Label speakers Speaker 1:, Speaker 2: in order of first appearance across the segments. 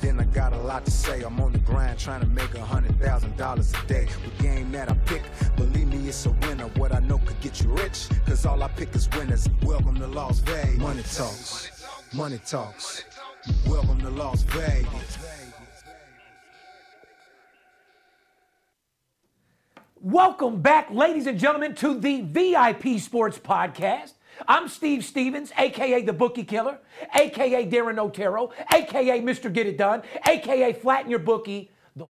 Speaker 1: then I got a lot to say. I'm on the grind trying to make a hundred thousand dollars a day. The game that I pick, believe me, it's a winner. What I know could get you rich, cause all I pick is winners. Welcome to Las Vegas. Money talks, money talks. Welcome to Las Vegas.
Speaker 2: Welcome back, ladies and gentlemen, to the VIP Sports Podcast. I'm Steve Stevens, aka the Bookie Killer, aka Darren Otero, aka Mr. Get It Done, aka Flatten Your Bookie. The-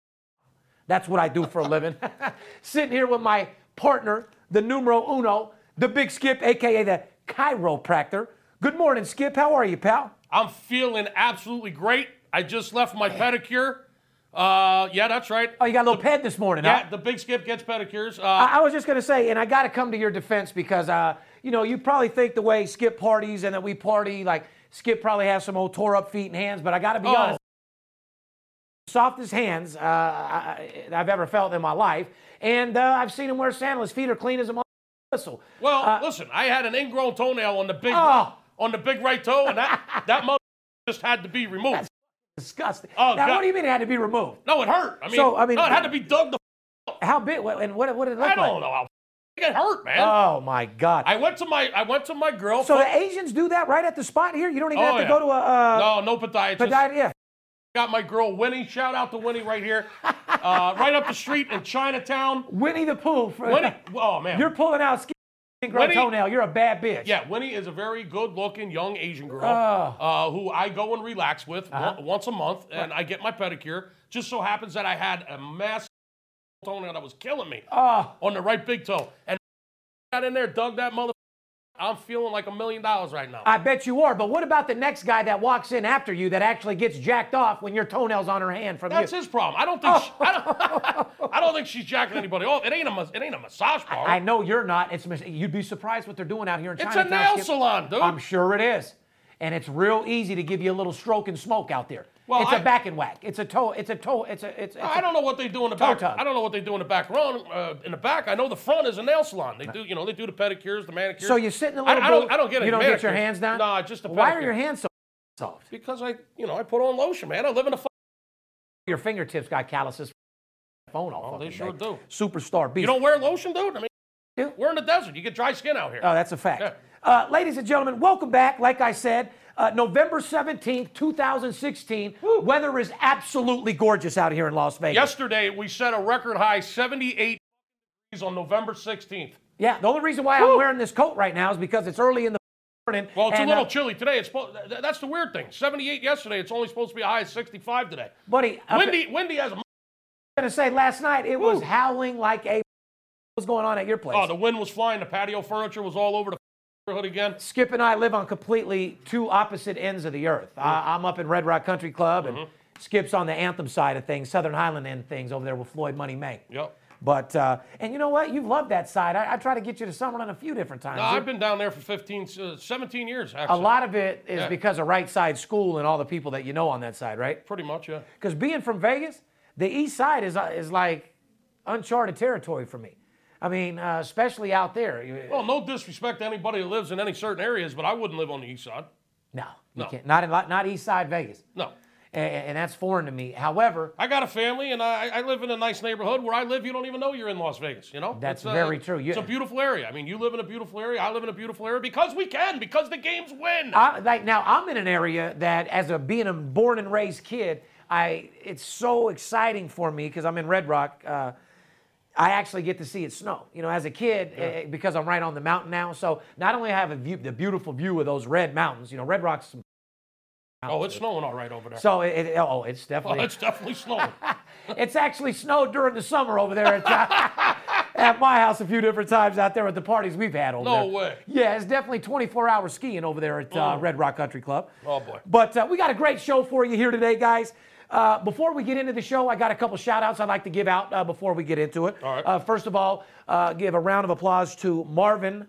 Speaker 2: That's what I do for a living. Sitting here with my partner, the numero uno, the Big Skip, aka the chiropractor. Good morning, Skip. How are you, pal?
Speaker 3: I'm feeling absolutely great. I just left my pedicure. Uh, yeah, that's right.
Speaker 2: Oh, Ah, you got a little pad this morning, huh?
Speaker 3: yeah, the big skip gets pedicures. Uh,
Speaker 2: I, I was just going to say, and I got to come to your defense because, uh, you know, you probably think the way Skip parties and that we party, like Skip probably has some old tore up feet and hands, but I got to be
Speaker 3: Oh.
Speaker 2: honest. Softest hands uh, I, I- I've ever felt in my life. And uh, I've seen him wear sandals. Feet are clean as a mother- whistle.
Speaker 3: well,
Speaker 2: Uh,
Speaker 3: listen, I had an ingrown toenail on the big
Speaker 2: Oh.
Speaker 3: on the big right toe, and that that mother just had to be removed.
Speaker 2: Disgusting.
Speaker 3: Oh,
Speaker 2: now,
Speaker 3: God.
Speaker 2: what do you mean it had to be removed?
Speaker 3: No, it hurt. I mean,
Speaker 2: So, I mean-
Speaker 3: no, it had to be dug. The
Speaker 2: How big? What, and what, what did it look
Speaker 3: I
Speaker 2: like?
Speaker 3: don't know how it hurt, man.
Speaker 2: Oh, my God.
Speaker 3: I went to my I went to my girl.
Speaker 2: so the Asians do that right at the spot here? You don't even
Speaker 3: Oh,
Speaker 2: have to
Speaker 3: yeah.
Speaker 2: go to a. Uh,
Speaker 3: no, no podiatrist.
Speaker 2: podiat- yeah.
Speaker 3: Got my girl Winnie. Shout out to Winnie right here, uh, right up the street in Chinatown.
Speaker 2: Winnie the Pooh. For,
Speaker 3: Winnie, oh man,
Speaker 2: You're pulling out skin and grow
Speaker 3: Winnie-
Speaker 2: toenail. You're a bad bitch. Oh,
Speaker 3: Yeah, Winnie is a very good-looking young Asian girl
Speaker 2: Ah.
Speaker 3: uh, who I go and relax with
Speaker 2: Uh-huh.
Speaker 3: on- once a month, and I get my pedicure. Just so happens that I had a massive toenail that was killing me
Speaker 2: oh,
Speaker 3: on the right big toe, and got in there, dug that mother. I'm feeling like a million dollars right now.
Speaker 2: I bet you are. But what about the next guy that walks in after you that actually gets jacked off when your toenail's on her hand from
Speaker 3: That's
Speaker 2: you?
Speaker 3: his problem. I don't
Speaker 2: Oh.
Speaker 3: think she, I, don't, I don't think she's jacking anybody off. It ain't a mas- it ain't a massage parlor.
Speaker 2: I know you're not. It's mis- you'd be surprised what they're doing out here in
Speaker 3: it's a
Speaker 2: Chinatown.
Speaker 3: nail
Speaker 2: Skip.
Speaker 3: salon, dude.
Speaker 2: I'm sure it is, and it's real easy to give you a little stroke and smoke out there.
Speaker 3: Well,
Speaker 2: it's a
Speaker 3: I-
Speaker 2: back and whack. It's a toe. It's a toe. It's a. It's. it's
Speaker 3: I don't know what they do in the back.
Speaker 2: tug.
Speaker 3: I don't know what they do in the back room, uh, in the back. I know the front is a nail salon. They do, you know, they do the pedicures, the manicures.
Speaker 2: So you sit in the
Speaker 3: I-
Speaker 2: little
Speaker 3: I don't-
Speaker 2: booth,
Speaker 3: I don't get
Speaker 2: You
Speaker 3: any
Speaker 2: don't get your
Speaker 3: manicures.
Speaker 2: hands down.
Speaker 3: Nah, just a
Speaker 2: Why are
Speaker 3: pedicure.
Speaker 2: your hands so soft?
Speaker 3: because I, you know, I put on lotion, man. I live in a. F-
Speaker 2: Your fingertips got calluses. Phone all
Speaker 3: Oh, they
Speaker 2: fucking
Speaker 3: sure
Speaker 2: day.
Speaker 3: do.
Speaker 2: Superstar beast.
Speaker 3: you don't wear lotion, dude. I mean,
Speaker 2: Yeah.
Speaker 3: we're in the desert. You get dry skin out here.
Speaker 2: Oh, that's a fact.
Speaker 3: Yeah.
Speaker 2: Uh, ladies and gentlemen, welcome back. Like I said, uh, November 17th, 2016. Weather is absolutely gorgeous out here in Las Vegas.
Speaker 3: Yesterday we set a record high, 78 degrees on November 16th.
Speaker 2: Yeah, the only reason why I'm wearing this coat right now is because it's early in the morning.
Speaker 3: Well, it's
Speaker 2: and,
Speaker 3: a
Speaker 2: uh,
Speaker 3: little chilly today. It's spo- th- th- that's the weird thing. 78 yesterday. It's only supposed to be a high of 65 today.
Speaker 2: buddy, uh, I'm
Speaker 3: Windy, windy as a.
Speaker 2: going to say last night it was
Speaker 3: Woo.
Speaker 2: howling like a. What's going on at your place?
Speaker 3: Oh, the wind was flying. The patio furniture was all over the neighborhood again.
Speaker 2: Skip and I live on completely two opposite ends of the earth.
Speaker 3: Mm-hmm.
Speaker 2: I, I'm up in Red Rock Country Club, and Skip's on the Anthem side of things, Southern Highland end things over there with Floyd Money May.
Speaker 3: Yep.
Speaker 2: But uh, and you know what? You've loved that side. I, I try to get you to Summerlin a few different times.
Speaker 3: No, I've been down there for 15, uh, 17 years,
Speaker 2: a
Speaker 3: actually.
Speaker 2: lot of it is
Speaker 3: Yeah.
Speaker 2: because of right side school and all the people that you know on that side, right?
Speaker 3: Pretty much, yeah.
Speaker 2: Because being from Vegas, the east side is uh, is like uncharted territory for me. I mean, uh, especially out there. You-
Speaker 3: Well, no disrespect to anybody that lives in any certain areas, but I wouldn't live on the east side.
Speaker 2: no, you
Speaker 3: no.
Speaker 2: can't. Not in not east side Vegas,
Speaker 3: No.
Speaker 2: and, and that's foreign to me. However,
Speaker 3: I got a family, and I, I live in a nice neighborhood. Where I live, you don't even know you're in Las Vegas, you know?
Speaker 2: That's
Speaker 3: It's, uh,
Speaker 2: very true. You-
Speaker 3: It's a beautiful area. I mean, you live in a beautiful area. I live in a beautiful area because we can, because the games win.
Speaker 2: I, like now, I'm in an area that, as a being a born and raised kid, I it's so exciting for me because I'm in Red Rock. Uh, I actually get to see it snow. You know, as a kid, eh, because I'm right on the mountain now. So not only have a view, the beautiful view of those red mountains. You know, Red Rock's. some-
Speaker 3: oh, it's snowing all right over there.
Speaker 2: So it, it- oh, it's definitely
Speaker 3: Oh, it's definitely snowing.
Speaker 2: it's actually snowed during the summer over there at, at my house a few different times out there at the parties we've had over there.
Speaker 3: No way.
Speaker 2: Yeah, it's definitely 24 hour skiing over there at uh, Red Rock Country Club.
Speaker 3: Mm. Oh, boy.
Speaker 2: But uh, we got a great show for you here today, guys. Uh, before we get into the show, I got a couple shout outs I'd like to give out uh, before we get into it.
Speaker 3: All right.
Speaker 2: Uh, first of all, uh, give a round of applause to Marvin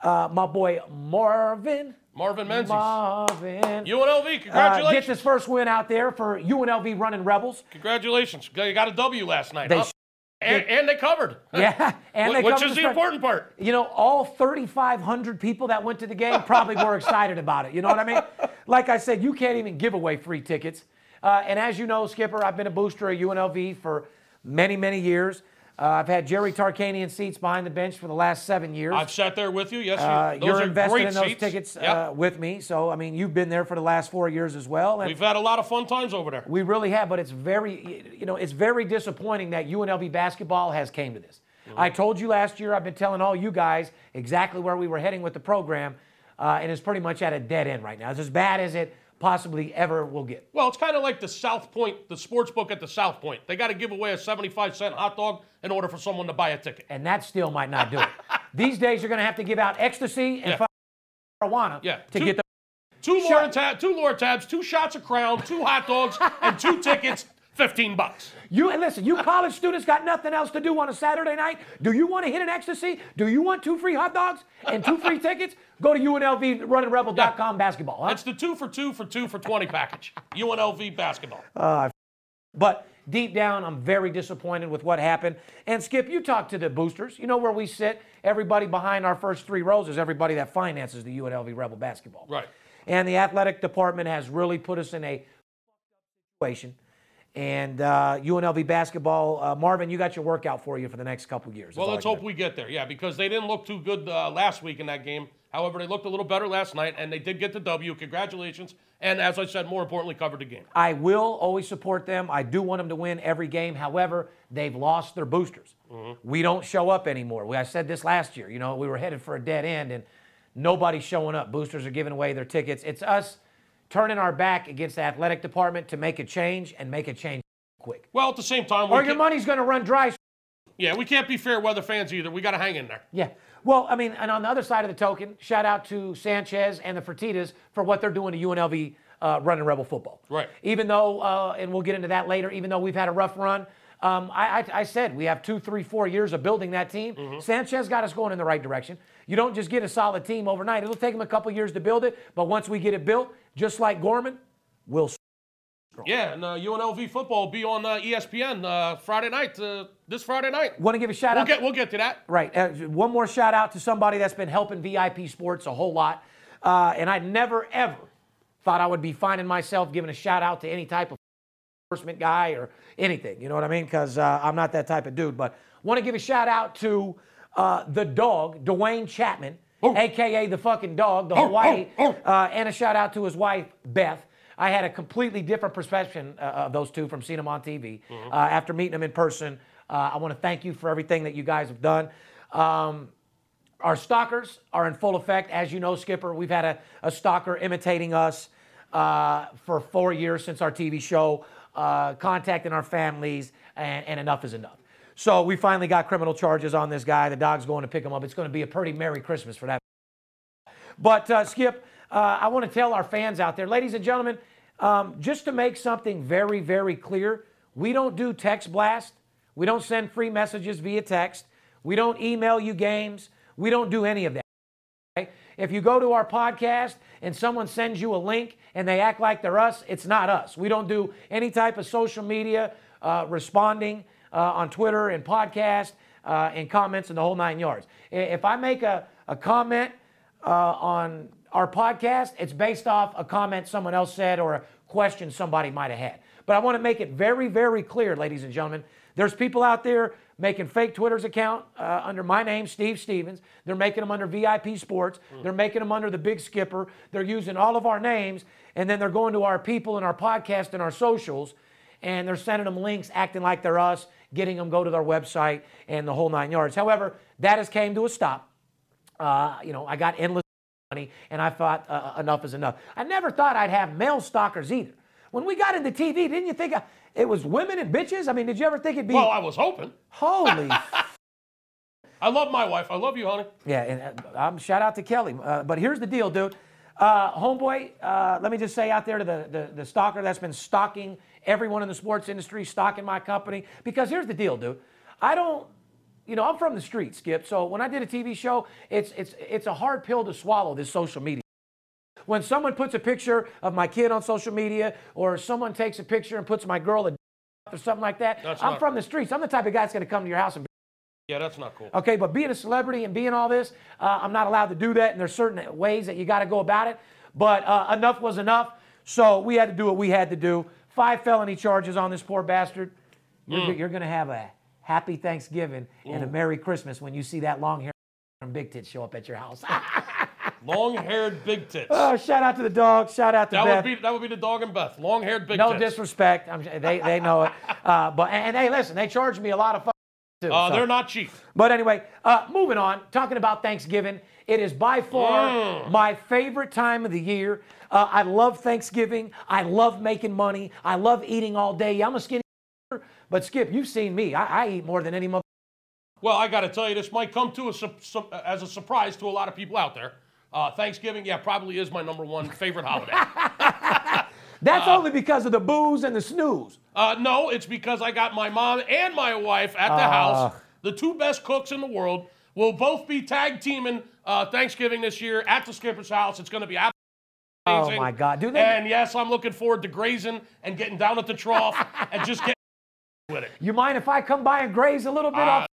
Speaker 2: Uh, my boy Marvin.
Speaker 3: Marvin Menzies.
Speaker 2: Marvin.
Speaker 3: UNLV,
Speaker 2: Uh, gets
Speaker 3: congratulations.
Speaker 2: his first win out there for UNLV running Rebels.
Speaker 3: congratulations. They got a W last night.
Speaker 2: They
Speaker 3: huh?
Speaker 2: sh-
Speaker 3: and, and they covered.
Speaker 2: Yeah, and they
Speaker 3: Which
Speaker 2: covered
Speaker 3: is the
Speaker 2: spread.
Speaker 3: important part.
Speaker 2: You know, all 3,500 people that went to the game probably were excited about it. You know what I mean? Like I said, you can't even give away free tickets. Uh, and as you know, Skipper, I've been a booster at UNLV for many, many years. Uh, I've had Jerry Tarkanian seats behind the bench for the last seven years.
Speaker 3: I've sat there with you. Yes, you-
Speaker 2: Uh,
Speaker 3: those
Speaker 2: you're
Speaker 3: are
Speaker 2: invested
Speaker 3: great
Speaker 2: in those
Speaker 3: seats.
Speaker 2: tickets
Speaker 3: Yep.
Speaker 2: uh, with me. So, I mean, you've been there for the last four years as well. And
Speaker 3: We've had a lot of fun times over there.
Speaker 2: we really have, but it's very, you know, it's very disappointing that UNLV basketball has came to this.
Speaker 3: Mm-hmm.
Speaker 2: I told you last year. I've been telling all you guys exactly where we were heading with the program, uh, and it's pretty much at a dead end right now. It's as bad as it possibly ever will get.
Speaker 3: Well, it's kind of like the South Point, the sports book at the South Point. They got to give away a 75 cent hot dog in order for someone to buy a ticket.
Speaker 2: and that still might not do it. These days, you're going to have to give out ecstasy and
Speaker 3: Yeah.
Speaker 2: marijuana
Speaker 3: Yeah.
Speaker 2: to
Speaker 3: Two-
Speaker 2: get the.
Speaker 3: Two Laura, ta- two Laura tabs, two shots of Crown, two hot dogs, and two tickets, 15 bucks.
Speaker 2: You and listen, you college students got nothing else to do on a Saturday night. Do you want to hit an ecstasy? Do you want two free hot dogs and two free tickets? Go to UNLV runningrebel.com basketball. Huh?
Speaker 3: It's the two for two for two for 20 package. UNLV basketball.
Speaker 2: But deep down, I'm very disappointed with what happened. And Skip, you talk to the boosters. You know where we sit. Everybody behind our first three rows is everybody that finances the UNLV Rebel basketball.
Speaker 3: Right.
Speaker 2: And the athletic department has really put us in a situation. And uh, UNLV basketball, uh, Marvin, you got your workout for you for the next couple years.
Speaker 3: Well, let's hope we get there. Yeah, because they didn't look too good uh, last week in that game. However, they looked a little better last night, and they did get the W. Congratulations. And as I said, more importantly, covered the game.
Speaker 2: I will always support them. I do want them to win every game. However, they've lost their boosters. We don't show up anymore. We, I said this last year. You know, we were headed for a dead end, and nobody's showing up. Boosters are giving away their tickets. It's us turning our back against the athletic department to make a change and make a change quick.
Speaker 3: Well, at the same time, we
Speaker 2: Or your
Speaker 3: can't-
Speaker 2: money's going to run dry.
Speaker 3: yeah, we can't be fair weather fans either. We got to hang in there.
Speaker 2: Yeah. Well, I mean, and on the other side of the token, shout out to Sanchez and the Fertitas for what they're doing to UNLV uh, running Rebel football.
Speaker 3: Right.
Speaker 2: Even though, uh, and we'll get into that later, even though we've had a rough run, um, I, I, I said we have two, three, four years of building that team.
Speaker 3: Mm-hmm.
Speaker 2: Sanchez got us going in the right direction. You don't just get a solid team overnight. It'll take them a couple years to build it, but once we get it built, just like Gorman, we'll. s-
Speaker 3: Yeah, and uh, UNLV football will be on uh, ESPN uh, Friday night, uh, this Friday night.
Speaker 2: Want to give a shout
Speaker 3: We'll
Speaker 2: out?
Speaker 3: get, we'll get to that.
Speaker 2: Right. Uh, one more shout out to somebody that's been helping VIP Sports a whole lot. Uh, and I never, ever thought I would be finding myself giving a shout out to any type of enforcement guy or anything. You know what I mean? Because uh, I'm not that type of dude. But want to give a shout out to uh, the dog, Dwayne Chapman, AKA the fucking dog, the Hawaii. Uh, and a shout out to his wife, Beth. I had a completely different perception uh, of those two from seeing them on TV. Uh, after meeting them in person, uh, I want to thank you for everything that you guys have done. Um, our stalkers are in full effect. As you know, Skipper, we've had a, a stalker imitating us uh, for four years since our TV show, uh, contacting our families, and, and enough is enough. So we finally got criminal charges on this guy. The dog's going to pick him up. It's going to be a pretty merry Christmas for that. But uh, Skip, uh, I want to tell our fans out there, ladies and gentlemen, um, just to make something very, very clear, we don't do text blast. We don't send free messages via text. We don't email you games. We don't do any of that. okay? If you go to our podcast and someone sends you a link and they act like they're us, it's not us. We don't do any type of social media uh, responding uh, on Twitter and podcast uh, and comments and the whole nine yards. I- If I make a, a comment uh, on our podcast, it's based off a comment someone else said or a question somebody might have had. But I want to make it very, very clear, ladies and gentlemen. There's people out there making fake Twitter's account uh, under my name, Steve Stevens. They're making them under VIP Sports. They're making them under the Big Skipper. They're using all of our names, and then they're going to our people and our podcast and our socials, and they're sending them links, acting like they're us, getting them go to their website and the whole nine yards. However, that has came to a stop. Uh, you know, I got endless money, and I thought uh, enough is enough. I never thought I'd have male stalkers either. When we got into TV, didn't you think uh it was women and bitches? I mean, did you ever think it'd be
Speaker 3: Well, I was hoping.
Speaker 2: holy?
Speaker 3: I love my wife. I love you, honey.
Speaker 2: yeah, and uh, um, shout out to Kelly. Uh, but here's the deal, dude. Uh, homeboy, uh, let me just say out there to the, the the stalker that's been stalking everyone in the sports industry, stalking my company. Because here's the deal, dude. I don't You know, I'm from the street, Skip. So when I did a TV show, it's it's it's a hard pill to swallow this social media. When someone puts a picture of my kid on social media, or someone takes a picture and puts my girl a or something like that,
Speaker 3: That's
Speaker 2: I'm
Speaker 3: not-
Speaker 2: from the streets. I'm the type of guy that's going to come to your house and.
Speaker 3: Yeah, that's not cool.
Speaker 2: Okay, but being a celebrity and being all this, uh, I'm not allowed to do that, and there's certain ways that you got to go about it. But uh, enough was enough, so we had to do what we had to do. Five felony charges on this poor bastard.
Speaker 3: Mm.
Speaker 2: You're, you're gonna have a happy Thanksgiving and a Merry Christmas when you see that long hair from Big Tits show up at your house.
Speaker 3: Long-haired big tits.
Speaker 2: oh, shout out to the dog. Shout out to
Speaker 3: that
Speaker 2: Beth.
Speaker 3: would be that would be the dog and Beth. Long-haired big
Speaker 2: no
Speaker 3: tits.
Speaker 2: disrespect. I'm, they they know it. Uh, but and, and hey, listen, they charged me a lot of. Fun too,
Speaker 3: Uh,
Speaker 2: so-
Speaker 3: they're not cheap.
Speaker 2: But anyway, uh, moving on, talking about Thanksgiving, it is by far my favorite time of the year. Uh, I love Thanksgiving. I love making money. I love eating all day. Yeah, I'm a skinny, but Skip, you've seen me. I, I eat more than any mother.
Speaker 3: Well, I got to tell you, this might come to a su- su- uh, as a surprise to a lot of people out there. Uh, Thanksgiving, yeah, probably is my number one favorite holiday.
Speaker 2: That's only because of the booze and the snooze.
Speaker 3: Uh, no, it's because I got my mom and my wife at the house.
Speaker 2: Ah.
Speaker 3: The two best cooks in the world will both be tag teaming uh, Thanksgiving this year at the Skipper's house. It's going to be absolutely
Speaker 2: Oh,
Speaker 3: amazing.
Speaker 2: my God. Do they-
Speaker 3: And yes, I'm looking forward to grazing and getting down at the trough and just getting with it.
Speaker 2: You mind if I come by and graze a little bit off?
Speaker 3: Uh,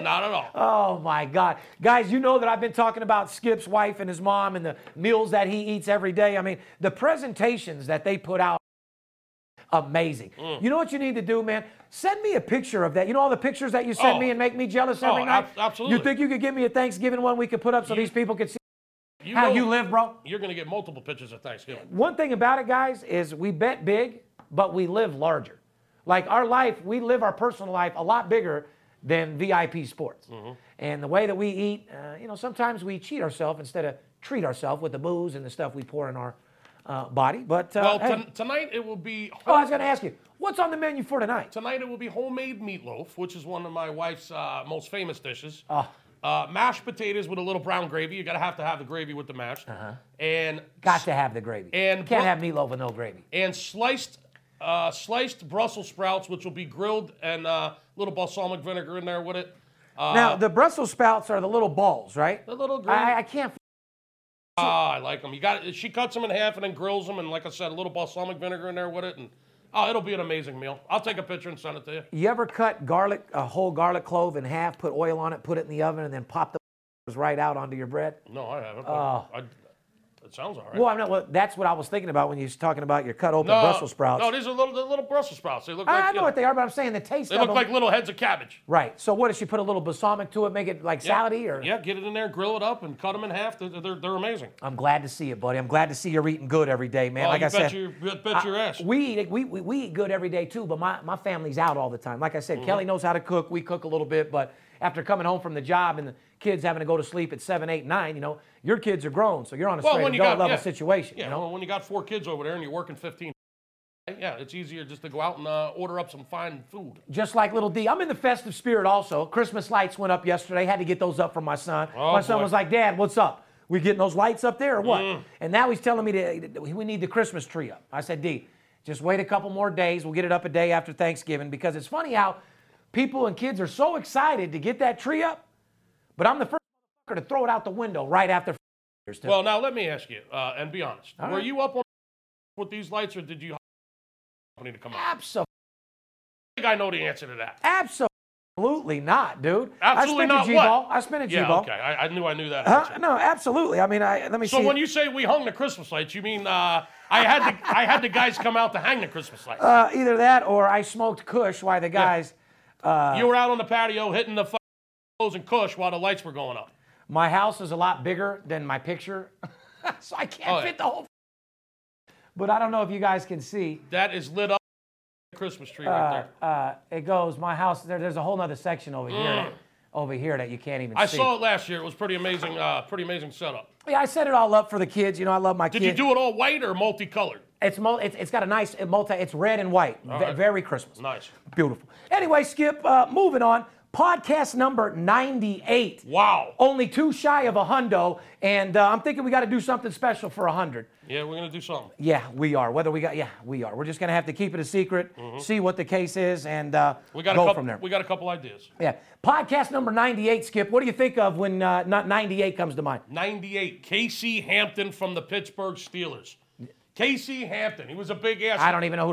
Speaker 3: not at all.
Speaker 2: Oh my God. Guys, you know that I've been talking about Skip's wife and his mom and the meals that he eats every day. I mean, the presentations that they put out amazing.
Speaker 3: Mm.
Speaker 2: You know what you need to do, man? Send me a picture of that. You know all the pictures that you send
Speaker 3: Oh.
Speaker 2: me and make me jealous every
Speaker 3: Oh,
Speaker 2: night?
Speaker 3: ab- absolutely.
Speaker 2: You think you could give me a Thanksgiving one we could put up so these people could see
Speaker 3: You
Speaker 2: how
Speaker 3: know-
Speaker 2: you live, bro?
Speaker 3: You're going to get multiple pitches at Thanksgiving.
Speaker 2: One thing about it, guys, is we bet big, but we live larger. Like our life, we live our personal life a lot bigger than VIP sports.
Speaker 3: Mm-hmm.
Speaker 2: And the way that we eat, uh, you know, sometimes we cheat ourselves instead of treat ourselves with the booze and the stuff we pour in our uh, body. But uh,
Speaker 3: Well,
Speaker 2: hey.
Speaker 3: ton- tonight it will be
Speaker 2: oh, I was going to ask you, what's on the menu for tonight?
Speaker 3: Tonight it will be homemade meatloaf, which is one of my wife's uh, most famous dishes.
Speaker 2: Ah.
Speaker 3: Uh, mashed potatoes with a little brown gravy. You gotta have to have the gravy with the mashed. Uh-huh. And
Speaker 2: Got to have the gravy.
Speaker 3: And
Speaker 2: can't
Speaker 3: bro-
Speaker 2: have meatloaf with no gravy.
Speaker 3: and sliced uh, sliced Brussels sprouts, which will be grilled and uh, little balsamic vinegar in there with it. Uh,
Speaker 2: now the Brussels sprouts are the little balls, right?
Speaker 3: the little green.
Speaker 2: I, I can't.
Speaker 3: ah, I like them. You got she cuts them in half and then grills them, and like I said, a little balsamic vinegar in there with it, and oh, it'll be an amazing meal. I'll take a picture and send it to you.
Speaker 2: You ever cut garlic, a whole garlic clove in half, put oil on it, put it in the oven, and then pop the right out onto your bread?
Speaker 3: No, I haven't. but I, it sounds all right. Uh,
Speaker 2: Well, I'm not. Well, that's Ah. what I was thinking about when you was talking about your cut open Brussels sprouts. Ah,
Speaker 3: No, these are little, they're little Brussels sprouts. They look like
Speaker 2: I, I know
Speaker 3: you
Speaker 2: what they are, but I'm saying the taste
Speaker 3: They
Speaker 2: of
Speaker 3: look
Speaker 2: them.
Speaker 3: like little heads of cabbage.
Speaker 2: right. So what? Does she put a little balsamic to it, make it like salady? Or
Speaker 3: Yeah, get it in there, grill it up, and cut them in half. They're, they're, they're amazing.
Speaker 2: I'm glad to see it, buddy. I'm glad to see you're eating good every day, man.
Speaker 3: Oh,
Speaker 2: like
Speaker 3: you
Speaker 2: I
Speaker 3: bet
Speaker 2: said,
Speaker 3: your, bet bet your ass.
Speaker 2: we eat we, we, we eat good every day too, but my, my family's out all the time. Like I said,
Speaker 3: Mm-hmm.
Speaker 2: Kelly knows how to cook. We cook a little bit, but after coming home from the job and the kids having to go to sleep at seven, eight, nine, you know, your kids are grown, so you're on a straight and go level
Speaker 3: yeah.
Speaker 2: situation.
Speaker 3: Yeah,
Speaker 2: you know?
Speaker 3: well, when you got four kids over there and you're working 15, yeah, it's easier just to go out and uh, order up some fine food.
Speaker 2: just like little D. I'm in the festive spirit also. Christmas lights went up yesterday. Had to get those up for my son.
Speaker 3: Oh,
Speaker 2: my son
Speaker 3: boy. Mm.
Speaker 2: was like, Dad, what's up? We getting those lights up there or what? And now he's telling me that we need the Christmas tree up. I said, D, just wait a couple more days. We'll get it up a day after Thanksgiving because it's funny how people and kids are so excited to get that tree up, but I'm the first motherfucker to throw it out the window right after. Years
Speaker 3: Well, now let me ask you, uh, and be honest.
Speaker 2: All
Speaker 3: were
Speaker 2: right.
Speaker 3: you up on with these lights, or did you hire a company to come out? I
Speaker 2: absolutely,
Speaker 3: think I know the answer to that.
Speaker 2: absolutely not, dude.
Speaker 3: Absolutely
Speaker 2: I spent
Speaker 3: not
Speaker 2: a
Speaker 3: what?
Speaker 2: G-ball. I spent a
Speaker 3: Yeah,
Speaker 2: G-ball.
Speaker 3: okay. I, I knew I knew that. answer.
Speaker 2: Huh? No, absolutely. I mean, I, let me
Speaker 3: So
Speaker 2: see.
Speaker 3: when you say we hung the Christmas lights, you mean uh, I had the I had the guys come out to hang the Christmas lights.
Speaker 2: Uh, either that or I smoked Kush while the guys,
Speaker 3: you were out on the patio hitting the f- clothes and cush while the lights were going up.
Speaker 2: my house is a lot bigger than my picture, so I can't
Speaker 3: Oh, yeah.
Speaker 2: fit the whole. But I don't know if you guys can see.
Speaker 3: That is lit up Christmas tree right there.
Speaker 2: Uh, it goes, my house, there, there's a whole nother section over here, that, over here that you can't even
Speaker 3: Mm. I
Speaker 2: see.
Speaker 3: saw it last year. It was pretty amazing. Uh, pretty amazing setup.
Speaker 2: yeah, I set it all up for the kids. You know, I love my
Speaker 3: Did
Speaker 2: kids.
Speaker 3: you do it all white or multicolored?
Speaker 2: It's, mul- it's, it's got a nice multi, it's red and white. Ve-
Speaker 3: right.
Speaker 2: Very Christmas.
Speaker 3: Nice.
Speaker 2: Beautiful. Anyway, Skip, uh, moving on. Podcast number 98.
Speaker 3: Wow.
Speaker 2: Only two shy of a hundo, and uh, I'm thinking we got to do something special for a hundred.
Speaker 3: Yeah, we're gonna do something.
Speaker 2: Yeah, we are. Whether we got, yeah, we are. We're just gonna have to keep it a secret, see what the case is, and uh,
Speaker 3: Mm-hmm. We got
Speaker 2: go
Speaker 3: a couple.
Speaker 2: from there.
Speaker 3: We got a couple ideas.
Speaker 2: yeah, podcast number 98. Skip, what do you think of when uh, not 98 comes to mind?
Speaker 3: 98, Casey Hampton from the Pittsburgh Steelers. Casey Hampton, he was a big ass.
Speaker 2: I don't even know who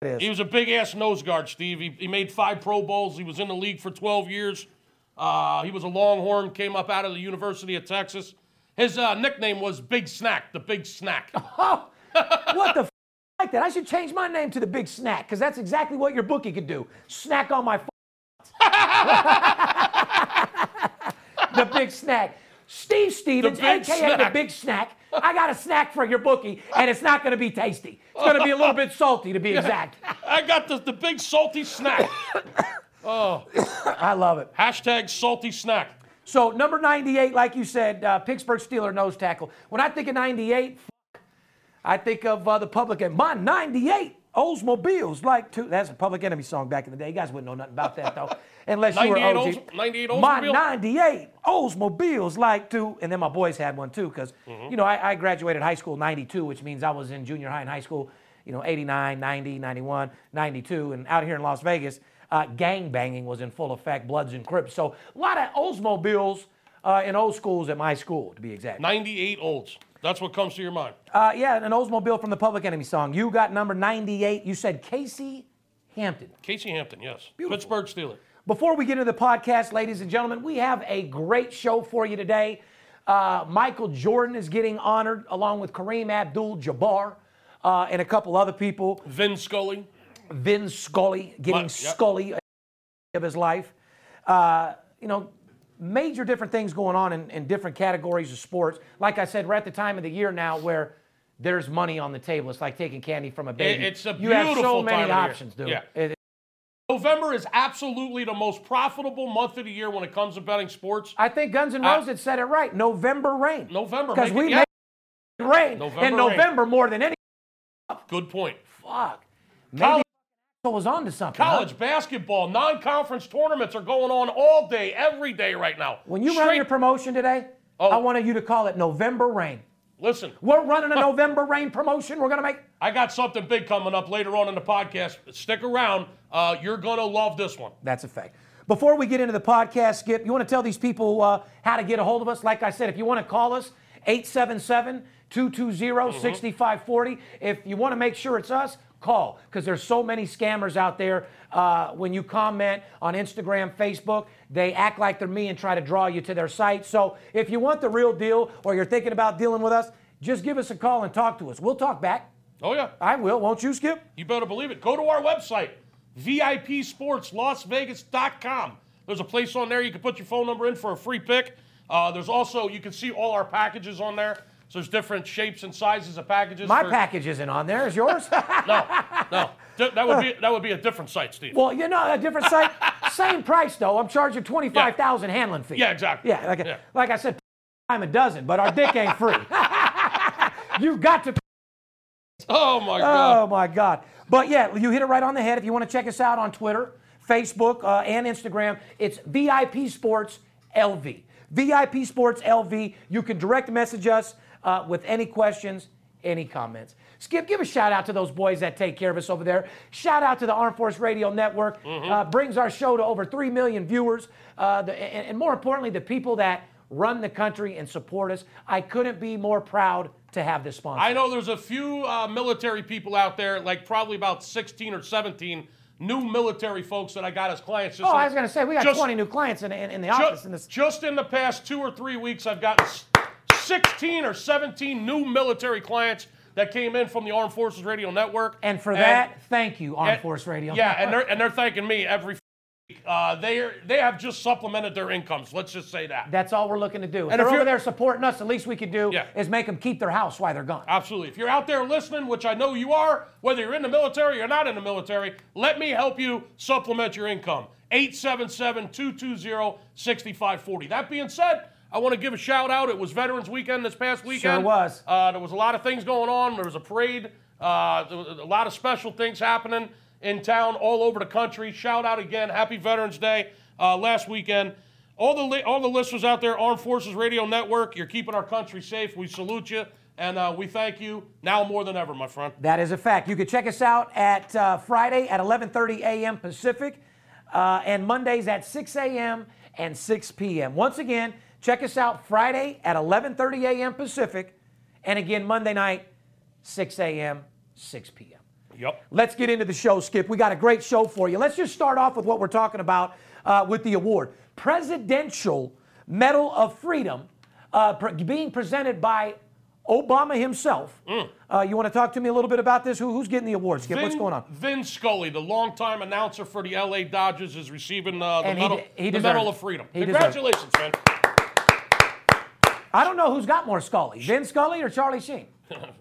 Speaker 2: the
Speaker 3: He was a big ass nose guard, Steve. He, he made five Pro Bowls. He was in the league for 12 years. Uh, he was a Longhorn, came up out of the University of Texas. His uh, nickname was Big Snack, the Big Snack.
Speaker 2: What the f- like that? I should change my name to the Big Snack because that's exactly what your bookie could do. Snack on my. F- the Big Snack. Steve Stevens,
Speaker 3: Big
Speaker 2: aka the
Speaker 3: Snack.
Speaker 2: Big Snack. I got a snack for your bookie, and it's not going to be tasty. It's going to be a little bit salty, to be exact.
Speaker 3: I got the, the Big Salty Snack.
Speaker 2: I love it.
Speaker 3: Hashtag Salty Snack.
Speaker 2: So number 98, like you said, uh, Pittsburgh Steeler nose tackle. When I think of 98, fuck, I think of uh, the Public Enemy. My 98 Oldsmobiles like two. That's a Public Enemy song back in the day. You guys wouldn't know nothing about that though, unless you were
Speaker 3: 98
Speaker 2: OG.
Speaker 3: Olds- 98
Speaker 2: My
Speaker 3: Oldsmobile?
Speaker 2: 98 Oldsmobiles like two, and then my boys had one too because you know I, I graduated high school 92, which means I was in junior high and high school. You know, 89, 90, 91, 92, and out here in Las Vegas, uh, gang banging was in full effect, Bloods and Crips. So a lot of Oldsmobiles uh, in old schools at my school, to be exact.
Speaker 3: 98 olds. That's what comes to your mind.
Speaker 2: Uh, yeah, an Oldsmobile from the Public Enemy song. You got number 98. You said Casey Hampton.
Speaker 3: Casey Hampton, yes. Pittsburgh Steeler.
Speaker 2: Before we get into the podcast, ladies and gentlemen, we have a great show for you today. Uh, Michael Jordan is getting honored along with Kareem Abdul Jabbar uh, and a couple other people.
Speaker 3: Vin Scully.
Speaker 2: Vin Scully getting
Speaker 3: My- yep.
Speaker 2: Scully of his life. Uh, you know, major different things going on in, in different categories of sports. Like I said, we're at the time of the year now where there's money on the table. It's like taking candy from a baby.
Speaker 3: it's a
Speaker 2: you have so
Speaker 3: beautiful
Speaker 2: many
Speaker 3: time of the year.
Speaker 2: options, dude.
Speaker 3: Yeah.
Speaker 2: It-
Speaker 3: November is absolutely the most profitable month of the year when it comes to betting sports.
Speaker 2: I think Guns N'
Speaker 3: I-
Speaker 2: Roses said it right. November rain.
Speaker 3: November,
Speaker 2: Because
Speaker 3: make
Speaker 2: we
Speaker 3: it- yeah.
Speaker 2: make rain
Speaker 3: November
Speaker 2: in
Speaker 3: rain.
Speaker 2: November more than any.
Speaker 3: Good point.
Speaker 2: Fuck. Maybe
Speaker 3: College-
Speaker 2: I was on to something. huh?
Speaker 3: College basketball, non-conference tournaments are going on all day, every day right now.
Speaker 2: When you run
Speaker 3: Straight- Oh.
Speaker 2: your promotion today, I wanted you to call it November rain.
Speaker 3: listen,
Speaker 2: We're running a November rain promotion. We're going to make.
Speaker 3: I got something big coming up later on in the podcast. Stick around; uh, you're gonna love this one.
Speaker 2: That's a fact. Before we get into the podcast, Skip, you want to tell these people uh, how to get a hold of us? Like I said, if you want to call us, 877 220 6540. If you want to make sure it's us, call because there's so many scammers out there. Uh, when you comment on Instagram, Facebook, they act like they're me and try to draw you to their site. So if you want the real deal or you're thinking about dealing with us, just give us a call and talk to us. We'll talk back.
Speaker 3: Oh yeah,
Speaker 2: I will, won't you, Skip?
Speaker 3: you better believe it. Go to our website, VIPSportsLasVegas.com. There's a place on there you can put your phone number in for a free pick. Uh, there's also you can see all our packages on there. So there's different shapes and sizes of packages.
Speaker 2: My
Speaker 3: for-
Speaker 2: package isn't on there. Is yours?
Speaker 3: No, no, Th- that would be that would be a different site, Steve.
Speaker 2: Well, you know, a different site, same price though. I'm charging twenty five thousand handling fee.
Speaker 3: Yeah, exactly.
Speaker 2: Yeah, like,
Speaker 3: Yeah.
Speaker 2: like I said, I'm a dozen, but our dick ain't free. you got to.
Speaker 3: oh my God.
Speaker 2: Oh my God! But yeah, you hit it right on the head. If you want to check us out on Twitter, Facebook, uh, and Instagram, it's VIP Sports LV. VIP Sports LV. You can direct message us uh, with any questions, any comments. Skip, give a shout out to those boys that take care of us over there. Shout out to the Armed Force Radio Network. Uh, brings our show to over three million viewers, uh, the, and, and more importantly, the people that run the country and support us. I couldn't be more proud to have this sponsor.
Speaker 3: I know there's a few uh, military people out there, like probably about 16 or 17 new military folks that I got as clients. Just
Speaker 2: Oh,
Speaker 3: in-
Speaker 2: I was going to say, we got
Speaker 3: just-
Speaker 2: 20 new clients in, in, in the
Speaker 3: ju-
Speaker 2: office. in this.
Speaker 3: just in the past two or three weeks, I've gotten s- 16 or 17 new military clients that came in from the Armed Forces Radio Network.
Speaker 2: And for that, thank you, Armed Force Radio.
Speaker 3: Yeah, and they're and they're thanking me every. f- week. Uh, they are, they have just supplemented their incomes. Let's just say that.
Speaker 2: That's all we're looking to do. If
Speaker 3: And
Speaker 2: they're
Speaker 3: if
Speaker 2: over
Speaker 3: you're-
Speaker 2: there supporting us, the least we could do
Speaker 3: Yeah.
Speaker 2: is make them keep their house while they're gone.
Speaker 3: Absolutely. If you're out there listening, which I know you are, whether you're in the military or not in the military, let me help you supplement your income. 877 220 6540. That being said, I want to give a shout out. It was Veterans Weekend this past weekend.
Speaker 2: was.
Speaker 3: Uh, there was a lot of things going on. There was a parade, uh, there was a lot of special things happening. in town, all over the country. Shout out again. Happy Veterans Day uh, last weekend. All the, li- all the listeners out there, Armed Forces Radio Network, you're keeping our country safe. We salute you and uh, we thank you now more than ever, my friend.
Speaker 2: That is a fact. You can check us out at uh, Friday at 11:30 a.m. Pacific, uh, and Mondays at 6 a.m. and 6 p.m. Once again, check us out Friday at 11:30 a.m. Pacific, and again Monday night, 6 a.m. 6 p.m.
Speaker 3: Yep.
Speaker 2: Let's get into the show, Skip. We got a great show for you. Let's just start off with what we're talking about uh, with the award Presidential Medal of Freedom uh, pre- being presented by Obama himself. Uh, you want to talk to me a little bit about this? Who, who's getting the award, Skip? What's
Speaker 3: Mm. Vin-
Speaker 2: going on?
Speaker 3: Vin Scully, the longtime announcer for the LA Dodgers, is receiving uh, the,
Speaker 2: And he
Speaker 3: medal,
Speaker 2: de- he
Speaker 3: the
Speaker 2: deserved
Speaker 3: Medal
Speaker 2: it.
Speaker 3: of Freedom.
Speaker 2: He deserved it.
Speaker 3: Congratulations, man.
Speaker 2: I don't know who's got more Scully, Vin Scully or Charlie Sheen.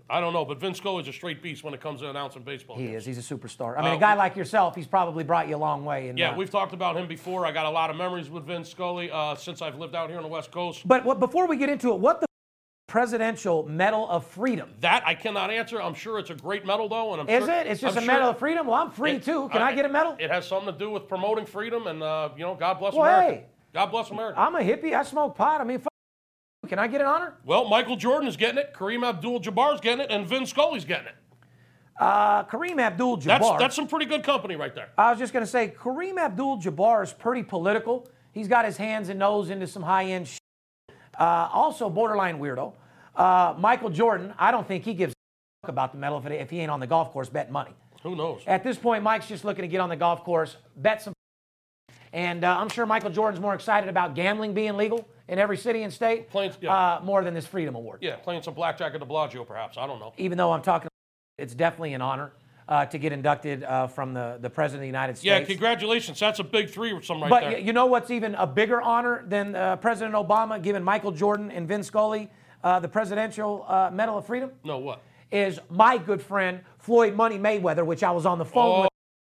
Speaker 3: I don't know, but Vin Scully's a straight beast when it comes to announcing baseball.
Speaker 2: He
Speaker 3: games.
Speaker 2: is. He's a superstar. I mean,
Speaker 3: Uh,
Speaker 2: a guy like yourself, he's probably brought you a long way. In,
Speaker 3: Yeah,
Speaker 2: uh,
Speaker 3: we've talked about him before. I got a lot of memories with Vin Scully uh, since I've lived out here on the West Coast.
Speaker 2: But what, before we get into it, what the Presidential Medal of Freedom?
Speaker 3: That I cannot answer. I'm sure it's a great medal, though. And I'm
Speaker 2: Is
Speaker 3: sure-
Speaker 2: it? It's just
Speaker 3: I'm
Speaker 2: a
Speaker 3: sure
Speaker 2: medal of freedom. Well, I'm free
Speaker 3: it- uh,
Speaker 2: too. Can I, get a medal?
Speaker 3: It has something to do with promoting freedom, and uh, you know, God bless
Speaker 2: Well,
Speaker 3: America.
Speaker 2: hey.
Speaker 3: God bless America.
Speaker 2: I'm a hippie. I smoke pot. I mean, fuck you. can I get an honor?
Speaker 3: well, Michael Jordan is getting it. Kareem Abdul-Jabbar's getting it, and Vin Scully's getting it.
Speaker 2: Uh, Kareem Abdul-Jabbar.
Speaker 3: That's that's some pretty good company right there.
Speaker 2: I was just gonna say Kareem Abdul-Jabbar is pretty political. He's got his hands and nose into some high-end. Sh- uh, also, borderline weirdo. Uh, Michael Jordan. I don't think he gives a fuck about the medal if, it, if he ain't on the golf course betting money.
Speaker 3: Who knows?
Speaker 2: At this point, Mike's just looking to get on the golf course, bet some. And uh, I'm sure Michael Jordan's more excited about gambling being legal in every city and state
Speaker 3: Plain- yeah.
Speaker 2: uh, more than this Freedom Award.
Speaker 3: Yeah, playing some blackjack at the Bellagio, perhaps. I don't know.
Speaker 2: Even though I'm talking, it's definitely an honor uh, to get inducted uh, from the, the President of the United States.
Speaker 3: Yeah, congratulations. That's a big three or something right
Speaker 2: But
Speaker 3: there.
Speaker 2: y- you know what's even a bigger honor than uh, President Obama giving Michael Jordan and Vin Scully uh, the Presidential uh, Medal of Freedom?
Speaker 3: no, what?
Speaker 2: Is my good friend Floyd Money Mayweather, which I was on the phone with.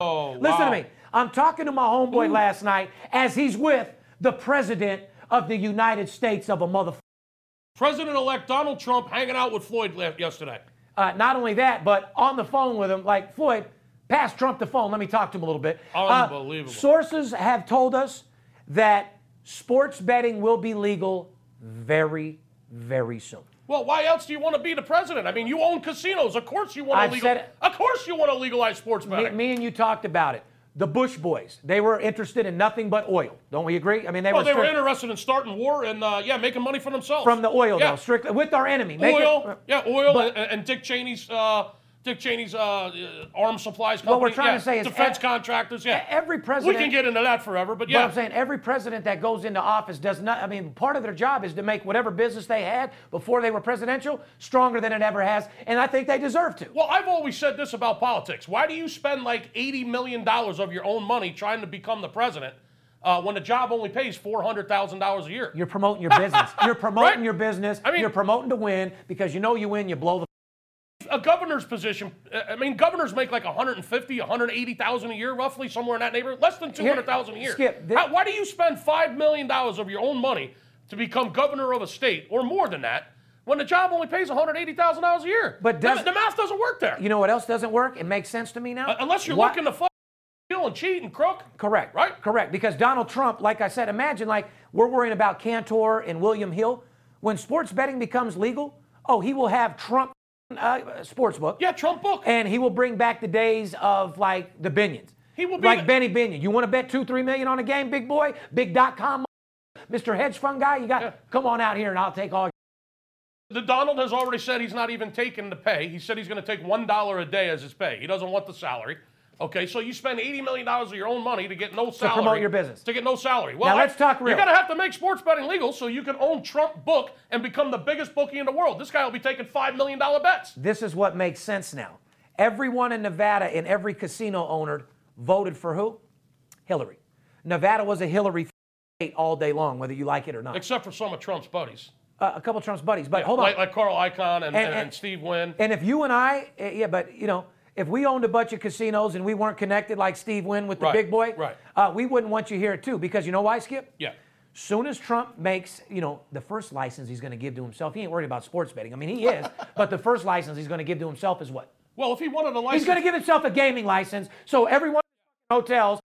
Speaker 3: Oh,
Speaker 2: Listen
Speaker 3: wow.
Speaker 2: to me. I'm talking to my homeboy last night as he's with the president of the United States of a motherfucker.
Speaker 3: President-elect Donald Trump hanging out with Floyd le- yesterday.
Speaker 2: Uh, not only that, but on the phone with him, like Floyd, pass Trump the phone. Let me talk to him a little bit. Uh,
Speaker 3: Unbelievable.
Speaker 2: sources have told us that sports betting will be legal very, very soon.
Speaker 3: Well, why else do you want to be the president? I mean, you own casinos. Of course you want
Speaker 2: I've
Speaker 3: to
Speaker 2: said
Speaker 3: legalize.
Speaker 2: it.
Speaker 3: Of course you want to legalize sports
Speaker 2: Me,
Speaker 3: betting.
Speaker 2: me and you talked about it. The Bush boys, they were interested in nothing but oil. Don't we agree? I mean, they were,
Speaker 3: well, Oh, they were
Speaker 2: strict-
Speaker 3: interested in starting war and uh, yeah, making money for themselves
Speaker 2: from the oil,
Speaker 3: Yeah,
Speaker 2: though, strictly with our enemy. Make it-
Speaker 3: oil. yeah, oil
Speaker 2: But-
Speaker 3: and, and Dick Cheney's. Uh, Dick Cheney's uh, uh, arms supplies company.
Speaker 2: What we're trying
Speaker 3: yeah,
Speaker 2: to say is
Speaker 3: defense
Speaker 2: e-
Speaker 3: contractors. Yeah,
Speaker 2: every
Speaker 3: We
Speaker 2: president-
Speaker 3: can get into that forever, but
Speaker 2: But
Speaker 3: yeah,
Speaker 2: I'm saying every president that goes into office does not. I mean, part of their job is to make whatever business they had before they were presidential stronger than it ever has, and I think they deserve to.
Speaker 3: Well, I've always said this about politics. Why do you spend like eighty million dollars of your own money trying to become the president uh, when the job only pays four hundred thousand dollars a year?
Speaker 2: You're promoting your business. You're promoting
Speaker 3: Right.
Speaker 2: your business.
Speaker 3: I mean-
Speaker 2: you're promoting to win because you know you win, you blow the.
Speaker 3: a governor's position. uh, I mean, governors make like 150, 180,000 a year, roughly somewhere in that neighborhood, less than 200,000 a year.
Speaker 2: Skip, thi-
Speaker 3: How- why do you spend five million dollars of your own money to become governor of a state or more than that when the job only pays 180,000 dollars a year?
Speaker 2: But
Speaker 3: the,
Speaker 2: does-
Speaker 3: the math doesn't work there.
Speaker 2: You know what else doesn't work? It makes sense to me now.
Speaker 3: Uh, unless you're
Speaker 2: Why-
Speaker 3: looking to fuck, steal and cheat and crook.
Speaker 2: Correct.
Speaker 3: Right?
Speaker 2: Correct. Because Donald Trump, like I said, imagine like we're worrying about Cantor and William Hill. When sports betting becomes legal, oh, he will have Trump uh, sports book.
Speaker 3: Yeah, Trump book.
Speaker 2: and he will bring back the days of like the Binions.
Speaker 3: He will be
Speaker 2: like
Speaker 3: the-
Speaker 2: Benny Binion. You want to bet two, three million on a game, big boy, big dot com, Mr. Hedge Fund guy. You got
Speaker 3: Yeah.
Speaker 2: come on out here and I'll take all. your-
Speaker 3: The Donald has already said he's not even taking the pay. He said he's going to take one dollar a day as his pay. He doesn't want the salary. Okay, so you spend eighty million dollars of your own money to get no salary
Speaker 2: promote your business.
Speaker 3: to get no salary. Well,
Speaker 2: Now let's talk real.
Speaker 3: You're going to have to make sports betting legal so you can own Trump book and become the biggest bookie in the world. This guy will be taking five million dollar bets.
Speaker 2: This is what makes sense now. Everyone in Nevada and every casino owner voted for who? Hillary. Nevada was a Hillary state all day long, whether you like it or not.
Speaker 3: Except for some of Trump's buddies,
Speaker 2: Uh, a couple of Trump's buddies, but hold on.
Speaker 3: like, like Carl Icahn and, and,
Speaker 2: and-
Speaker 3: Steve Wynn.
Speaker 2: And if you and I, eh, yeah, but you know, if we owned a bunch of casinos and we weren't connected like Steve Wynn with the
Speaker 3: Right,
Speaker 2: big boy,
Speaker 3: right.
Speaker 2: uh, we wouldn't want you here too. Because you know why, Skip?
Speaker 3: yeah,
Speaker 2: Soon as Trump makes, you know, the first license he's going to give to himself, he ain't worried about sports betting. I mean, he is, but the first license he's going to give to himself is what?
Speaker 3: Well, if he wanted a license,
Speaker 2: He's going to give himself a gaming license, so everyone in hotels,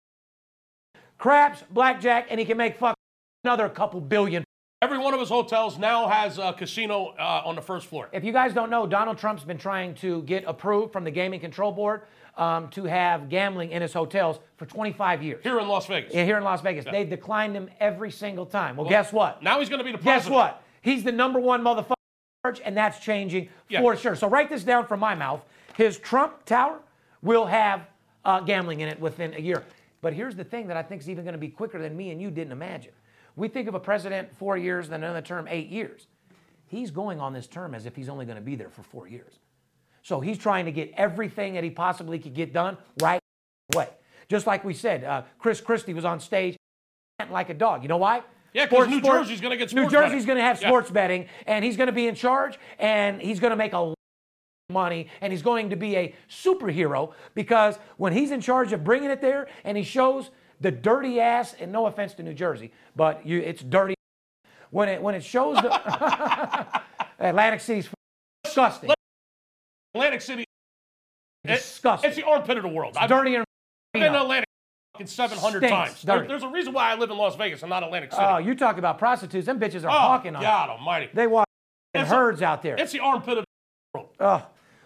Speaker 2: craps, blackjack, and he can make fuck another couple billion.
Speaker 3: every one of his hotels now has a casino uh, on the first floor.
Speaker 2: If you guys don't know, Donald Trump's been trying to get approved from the Gaming Control Board um, to have gambling in his hotels for 25 years.
Speaker 3: Here in Las Vegas.
Speaker 2: Yeah, here in Las Vegas, they've declined him every single time. Well, guess what?
Speaker 3: Now he's going to be the
Speaker 2: Guess
Speaker 3: president.
Speaker 2: what? He's the number one motherfucker, in charge, and that's changing
Speaker 3: Yeah.
Speaker 2: for sure. So write this down from my mouth. His Trump Tower will have uh, gambling in it within a year. But here's the thing that I think is even going to be quicker than me and you didn't imagine. We think of a president four years, then another term eight years. He's going on this term as if he's only going to be there for four years. So he's trying to get everything that he possibly could get done right away. Just like we said, uh, Chris Christie was on stage acting like a dog. You know why?
Speaker 3: Yeah, 'cause
Speaker 2: Sports-
Speaker 3: New
Speaker 2: sport-
Speaker 3: Jersey's gonna get
Speaker 2: New
Speaker 3: sports
Speaker 2: Jersey's
Speaker 3: betting.
Speaker 2: going to have
Speaker 3: Yeah.
Speaker 2: sports betting, and he's going to be in charge, and he's going to make a lot of money, and he's going to be a superhero because when he's in charge of bringing it there, and he shows the dirty ass, and no offense to New Jersey, but you, it's dirty. When it when it shows the Atlantic City's disgusting,
Speaker 3: Atlantic City. It-
Speaker 2: disgusting,
Speaker 3: It's the armpit of the world. I've
Speaker 2: dirty and
Speaker 3: been in Atlantic fucking 700
Speaker 2: Stinks,
Speaker 3: times. There-
Speaker 2: dirty.
Speaker 3: there's a reason why I live in Las Vegas and not Atlantic City.
Speaker 2: Oh, you talk about prostitutes. Them bitches are
Speaker 3: Oh,
Speaker 2: hawking on. it.
Speaker 3: God almighty.
Speaker 2: They walk in
Speaker 3: It's a-
Speaker 2: herds out there.
Speaker 3: It's the armpit of the world.
Speaker 2: Ugh.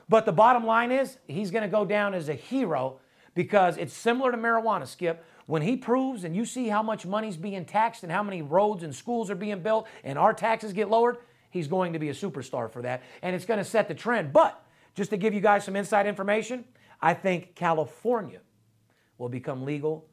Speaker 2: But the bottom line is, he's going to go down as a hero because it's similar to marijuana, Skip. When he proves and you see how much money's being taxed and how many roads and schools are being built and our taxes get lowered, he's going to be a superstar for that. And it's going to set the trend. But just to give you guys some inside information, I think California will become legal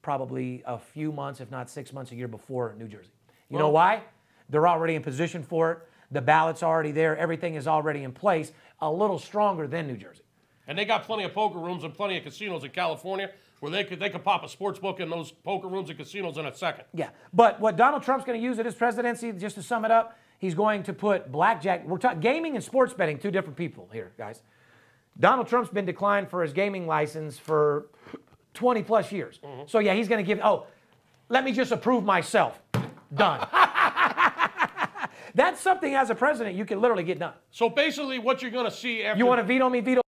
Speaker 2: probably a few months, if not six months, a year before New Jersey. You know why? They're already in position for it. The ballot's already there. Everything is already in place, a little stronger than New Jersey.
Speaker 3: And they got plenty of poker rooms and plenty of casinos in California where they could they could pop a sports book in those poker rooms and casinos in a second.
Speaker 2: Yeah. But what Donald Trump's going to use at his presidency, just to sum it up, he's going to put blackjack. We're talking gaming and sports betting, two different people here, guys. Donald Trump's been declined for his gaming license for 20 plus years. So, yeah, he's going to give, oh, let me just approve myself. Done. That's something as a president you can literally get done.
Speaker 3: So basically, what you're going to see after
Speaker 2: You want to veto me, veto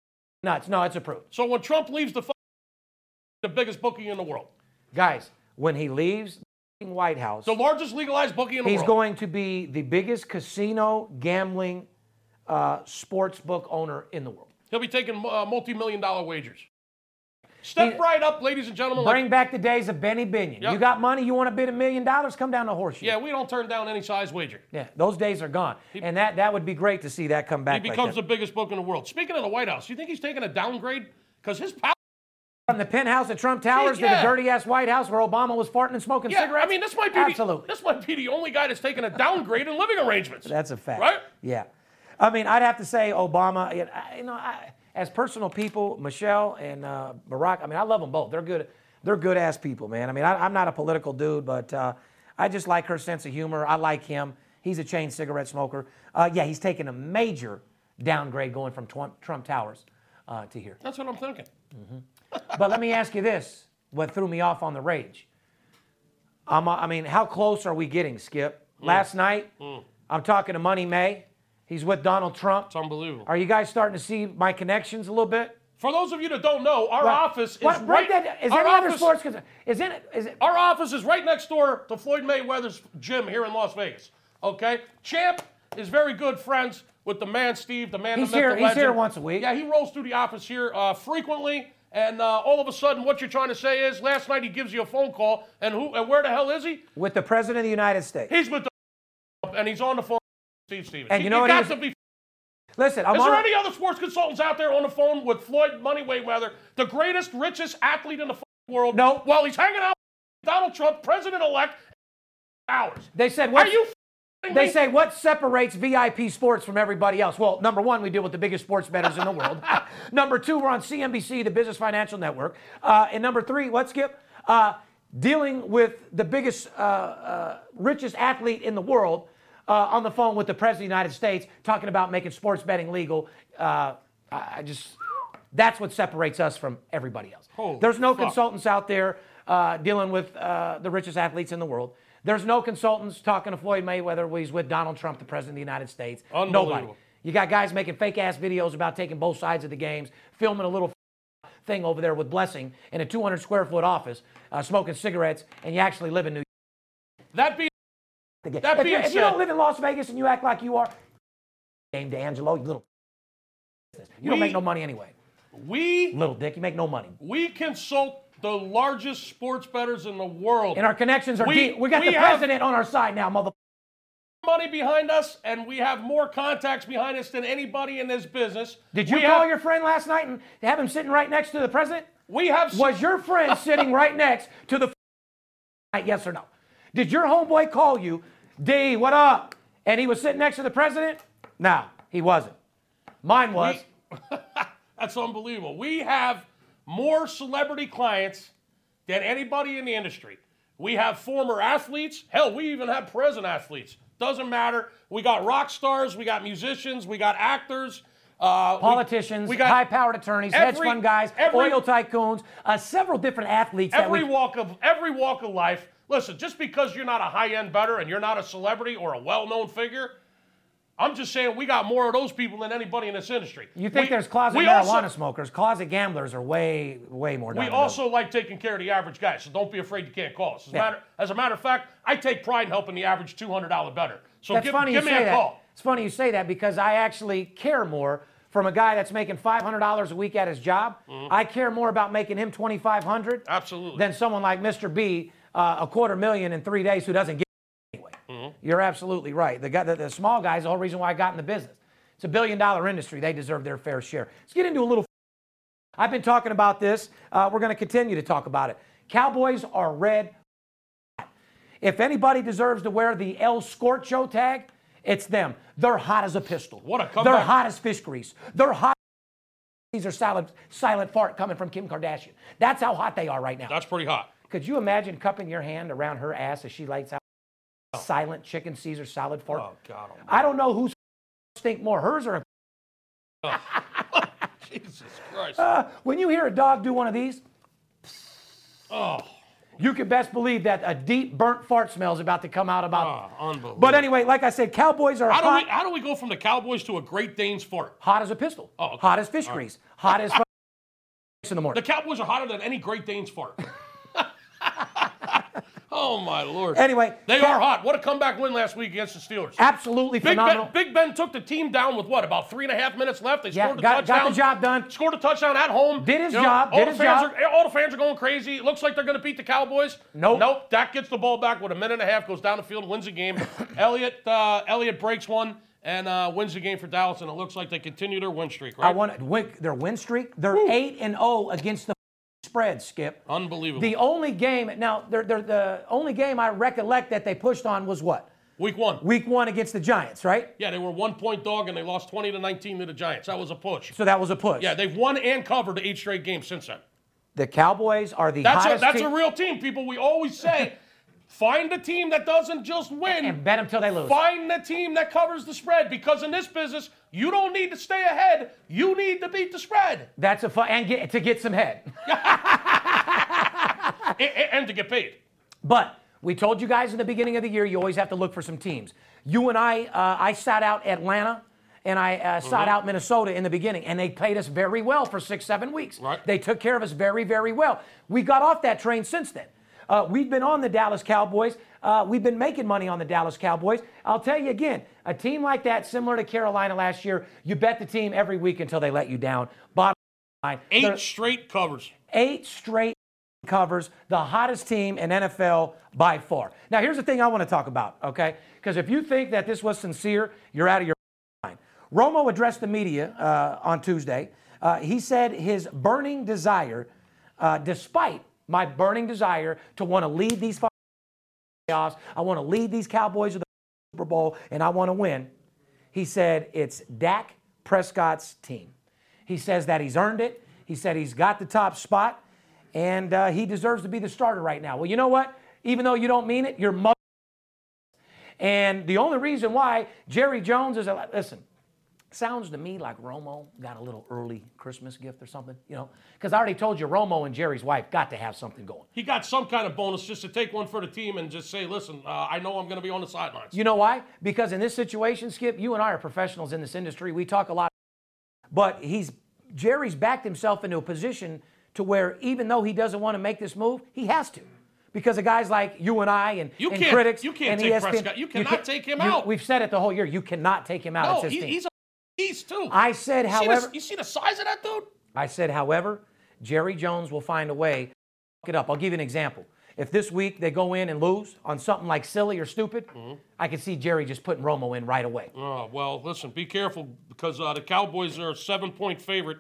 Speaker 2: nuts. No, it's approved.
Speaker 3: so when Trump leaves the fu- the biggest bookie in the world,
Speaker 2: Guys, when he leaves the White House,
Speaker 3: the largest legalized bookie in the
Speaker 2: he's
Speaker 3: world.
Speaker 2: going to be the biggest casino gambling uh, sports book owner in the world.
Speaker 3: He'll be taking uh, multi-million dollar wagers. Step
Speaker 2: He-
Speaker 3: right up, ladies and gentlemen. like-
Speaker 2: Bring back the days of Benny Binion.
Speaker 3: Yep.
Speaker 2: You got money, you want to bid a million dollars, come down to Horseshoe.
Speaker 3: yeah, we don't turn down any size wager.
Speaker 2: Yeah, those days are gone. and that, that would be great to see that come
Speaker 3: He
Speaker 2: back.
Speaker 3: becomes the
Speaker 2: like
Speaker 3: biggest book in the world. Speaking of the White House, you think he's taking a downgrade because his power?
Speaker 2: From the penthouse at Trump Towers to
Speaker 3: yeah.
Speaker 2: the dirty ass White House where Obama was farting and smoking
Speaker 3: Yeah,
Speaker 2: cigarettes.
Speaker 3: I mean, this might be
Speaker 2: Absolutely.
Speaker 3: The, this might be the only guy that's taking a downgrade in living arrangements.
Speaker 2: That's a fact.
Speaker 3: Right?
Speaker 2: Yeah. I mean, I'd have to say Obama. You know, I, you know, I, as personal people, Michelle and uh, Barack. I mean, I love them both. They're good. They're good ass people, man. I mean, I, I'm not a political dude, but uh, I just like her sense of humor. I like him. He's a chain cigarette smoker. Uh, yeah, he's taken a major downgrade going from Twum- Trump Towers uh, to here.
Speaker 3: That's what I'm thinking.
Speaker 2: But let me ask you this: What threw me off on the rage? I'm, uh, I mean, how close are we getting, Skip?
Speaker 3: Mm.
Speaker 2: Last night, I'm talking to Money May. He's with Donald Trump.
Speaker 3: It's unbelievable.
Speaker 2: Are you guys starting to see my connections a little bit?
Speaker 3: For those of you that don't know, our office is
Speaker 2: What-
Speaker 3: right.
Speaker 2: break that- is
Speaker 3: our
Speaker 2: there any other
Speaker 3: office-
Speaker 2: sports? concern- Is it? Is it?
Speaker 3: Our office is right next door to Floyd Mayweather's gym here in Las Vegas. Okay, Champ is very good friends with the man Steve, the man.
Speaker 2: He's
Speaker 3: the myth,
Speaker 2: here-
Speaker 3: the
Speaker 2: he's
Speaker 3: legend.
Speaker 2: here once a week.
Speaker 3: Yeah, he rolls through the office here uh, frequently, and uh, all of a sudden, what you're trying to say is, last night he gives you a phone call, and who and where the hell is he?
Speaker 2: With the president of the United States.
Speaker 3: He's with the and he's on the phone. with Steve Stevens.
Speaker 2: And you know what he
Speaker 3: got
Speaker 2: was-
Speaker 3: to be. Is
Speaker 2: Listen, I'm
Speaker 3: there
Speaker 2: on.
Speaker 3: any other sports consultants out there on the phone with Floyd Money Mayweather, the greatest, richest athlete in the fucking world?
Speaker 2: No.
Speaker 3: While he's hanging out with Donald Trump, president-elect, hours.
Speaker 2: they said
Speaker 3: Are
Speaker 2: what?
Speaker 3: you? f***ing
Speaker 2: They
Speaker 3: me?
Speaker 2: say what separates VIP sports from everybody else? Well, number one, we deal with the biggest sports bettors in the world. number two, we're on CNBC, the Business Financial Network. Uh, and number three, what, Skip? Uh, dealing with the biggest, uh, uh, richest athlete in the world uh, on the phone with the President of the United States talking about making sports betting legal. Uh, I I just, that's what separates us from everybody else.
Speaker 3: Holy
Speaker 2: There's no
Speaker 3: fuck.
Speaker 2: consult consultants out there uh, dealing with uh, the richest athletes in the world. There's no consultants talking to Floyd Mayweather. when He's with Donald Trump, the president of the United States. Nobody.
Speaker 3: Unbelievable.
Speaker 2: You got guys making fake ass videos about taking both sides of the games, filming a little thing over there with Blessing in a 200 square foot office, uh, smoking cigarettes, and you actually live in New York.
Speaker 3: That being
Speaker 2: the game.
Speaker 3: That
Speaker 2: if,
Speaker 3: being
Speaker 2: you, if you don't
Speaker 3: said-
Speaker 2: live in Las Vegas and you act like you are, game D'Angelo, you little. You don't
Speaker 3: We-
Speaker 2: make no money anyway.
Speaker 3: we
Speaker 2: Little dick, you make no money.
Speaker 3: we consult the largest sports bettors in the world.
Speaker 2: And our connections are
Speaker 3: We-
Speaker 2: deep. We got
Speaker 3: we
Speaker 2: the
Speaker 3: have-
Speaker 2: president on our side now, mother.
Speaker 3: money behind us, and we have more contacts behind us than anybody in this business.
Speaker 2: Did you
Speaker 3: we
Speaker 2: call
Speaker 3: have,
Speaker 2: your friend last night and have him sitting right next to the president?
Speaker 3: We have.
Speaker 2: Was your friend sitting right next to the night, yes or no? Did your homeboy call you, D, what up? And he was sitting next to the president? No, he wasn't. Mine was.
Speaker 3: That's unbelievable. We have more celebrity clients than anybody in the industry. We have former athletes. Hell, we even have present athletes. Doesn't matter. We got rock stars. We got musicians. We got actors. Uh, we-
Speaker 2: politicians,
Speaker 3: We got
Speaker 2: high-powered attorneys, hedge
Speaker 3: every-
Speaker 2: fund guys,
Speaker 3: every-
Speaker 2: oil tycoons, uh, several different athletes. that we-
Speaker 3: every walk of every walk of life. Listen, just because you're not a high end better and you're not a celebrity or a well known figure, I'm just saying we got more of those people than anybody in this industry.
Speaker 2: you think
Speaker 3: We-
Speaker 2: there's closet
Speaker 3: we
Speaker 2: marijuana
Speaker 3: also-
Speaker 2: smokers? Closet gamblers are way, way more.
Speaker 3: We
Speaker 2: dominant.
Speaker 3: also like taking care of the average guy, so don't be afraid you can't call us. As a,
Speaker 2: Yeah.
Speaker 3: matter, as a matter of fact, I take pride in helping the average $200 better. So
Speaker 2: That's
Speaker 3: give,
Speaker 2: funny
Speaker 3: give
Speaker 2: you
Speaker 3: me
Speaker 2: say
Speaker 3: a
Speaker 2: that.
Speaker 3: call.
Speaker 2: It's funny you say that because I actually care more from a guy that's making five hundred dollars a week at his job.
Speaker 3: Mm-hmm.
Speaker 2: I care more about making him twenty five hundred
Speaker 3: Absolutely.
Speaker 2: than someone like Mr. B, uh, a quarter million in three days who doesn't get it anyway.
Speaker 3: Mm-hmm.
Speaker 2: You're absolutely right. The, guy, the, the small guy is the whole reason why I got in the business. It's a billion dollar industry. They deserve their fair share. Let's get into a little. I've been talking about this. Uh, we're going to continue to talk about it. Cowboys are red if anybody deserves to wear the El Scorcho tag, it's them. They're hot as a pistol.
Speaker 3: What a comeback.
Speaker 2: They're hot as fish grease. They're hot. These are silent, silent fart coming from Kim Kardashian. That's how hot they are right now.
Speaker 3: That's pretty hot.
Speaker 2: Could you imagine cupping your hand around her ass as she lights out silent chicken Caesar salad fart?
Speaker 3: Oh, God. almighty.
Speaker 2: I don't know who's stink more, hers or
Speaker 3: Jesus Christ.
Speaker 2: uh, when you hear a dog do one of these.
Speaker 3: oh,
Speaker 2: You can best believe that a deep burnt fart smell is about to come out about.
Speaker 3: oh, unbelievable.
Speaker 2: But anyway, like I said, Cowboys are
Speaker 3: how
Speaker 2: Ah, hot.
Speaker 3: do, we, how do we go from the Cowboys to a Great Dane's fart?
Speaker 2: Hot as a pistol.
Speaker 3: Oh, okay.
Speaker 2: Hot as fish grease. Hot as fu- six in the
Speaker 3: The
Speaker 2: morning.
Speaker 3: Cowboys are hotter than any Great Dane's fart. oh my lord!
Speaker 2: Anyway,
Speaker 3: they
Speaker 2: Cal-
Speaker 3: are hot. What a comeback win last week against the Steelers.
Speaker 2: Absolutely
Speaker 3: Big ben,
Speaker 2: phenomenal.
Speaker 3: Big Ben took the team down with what about three and a half minutes left? They
Speaker 2: Yeah,
Speaker 3: scored the
Speaker 2: got- got
Speaker 3: touchdown.
Speaker 2: the job done.
Speaker 3: Scored a touchdown at home.
Speaker 2: Did his
Speaker 3: You know,
Speaker 2: job,
Speaker 3: All
Speaker 2: did
Speaker 3: the
Speaker 2: his
Speaker 3: fans
Speaker 2: job.
Speaker 3: Are, all the fans are going crazy. It looks like they're going to beat the Cowboys.
Speaker 2: Nope.
Speaker 3: Nope. Dak gets the ball back with a minute and a half, goes down the field, wins the game. Elliott uh, Elliott breaks one and uh, wins the game for Dallas, and it looks like they continue their win streak. Right?
Speaker 2: I want to win, their win streak. They're eight and zero against the spread. Skip.
Speaker 3: Unbelievable.
Speaker 2: The only game now, they're, they're the only game I recollect that they pushed on was what
Speaker 3: Week one.
Speaker 2: week one against the Giants, right?
Speaker 3: Yeah, they were one point dog and they lost 20 to 19 to the Giants. That was a push.
Speaker 2: So that was a push.
Speaker 3: Yeah, they've won and covered eight straight games since then.
Speaker 2: the Cowboys are the
Speaker 3: That's, a,
Speaker 2: hottest
Speaker 3: that's
Speaker 2: team.
Speaker 3: a real team, people. We always say find a team that doesn't just win,
Speaker 2: and bet them till they lose.
Speaker 3: find the team that covers the spread because in this business, you don't need to stay ahead. You need to beat the spread
Speaker 2: That's a fun and get, to get some head.
Speaker 3: A- a- and to get paid.
Speaker 2: But we told you guys in the beginning of the year, you always have to look for some teams. You and I, uh, I sought out Atlanta and I uh,
Speaker 3: Mm-hmm.
Speaker 2: sought out Minnesota in the beginning, and they played us very well for six, seven weeks.
Speaker 3: Right.
Speaker 2: They took care of us very, very well. We got off that train since then. Uh, we've been on the Dallas Cowboys. Uh, we've been making money on the Dallas Cowboys. I'll tell you again, a team like that, similar to Carolina last year, you bet the team every week until they let you down. Bottom line,
Speaker 3: Eight
Speaker 2: they're-
Speaker 3: straight covers.
Speaker 2: eight straight covers, the hottest team in NFL by far. Now, here's the thing I want to talk about, okay? Because if you think that this was sincere, you're out of your mind. Romo addressed the media uh, on Tuesday. Uh, he said his burning desire, uh, despite my burning desire to want to lead these fu- playoffs, I want to lead these Cowboys to the Super Bowl, and I want to win. He said it's Dak Prescott's team. He says that he's earned it. He said he's got the top spot, and uh, he deserves to be the starter right now. Well, you know what? Even though you don't mean it, you're mother. And the only reason why Jerry Jones is a listen, Sounds to me like Romo got a little early Christmas gift or something, you know? Because I already told you, Romo and Jerry's wife got to have something going.
Speaker 3: He got some kind of bonus just to take one for the team and just say, listen, uh, I know I'm going to be on the sidelines.
Speaker 2: You know why? Because in this situation, Skip, you and I are professionals in this industry. We talk a lot, but he's Jerry's backed himself into a position to where even though he doesn't want to make this move, he has to. Because of guys like you and I and,
Speaker 3: You
Speaker 2: and
Speaker 3: can't-
Speaker 2: critics
Speaker 3: you can't
Speaker 2: and E
Speaker 3: take
Speaker 2: ESPN,
Speaker 3: Prescott. You cannot
Speaker 2: can't-
Speaker 3: take him
Speaker 2: you-
Speaker 3: out.
Speaker 2: We've said it the whole year. You cannot take him out.
Speaker 3: No,
Speaker 2: it's his
Speaker 3: he,
Speaker 2: team.
Speaker 3: he's a beast, too.
Speaker 2: I said,
Speaker 3: You see the-
Speaker 2: however,
Speaker 3: you see the size of that dude?
Speaker 2: I said, however, Jerry Jones will find a way to fuck it up. I'll give you an example. If this week they go in and lose on something like silly or stupid,
Speaker 3: Mm-hmm.
Speaker 2: I could see Jerry just putting Romo in right away.
Speaker 3: Oh, well, listen, be careful because uh, the Cowboys are a seven point favorite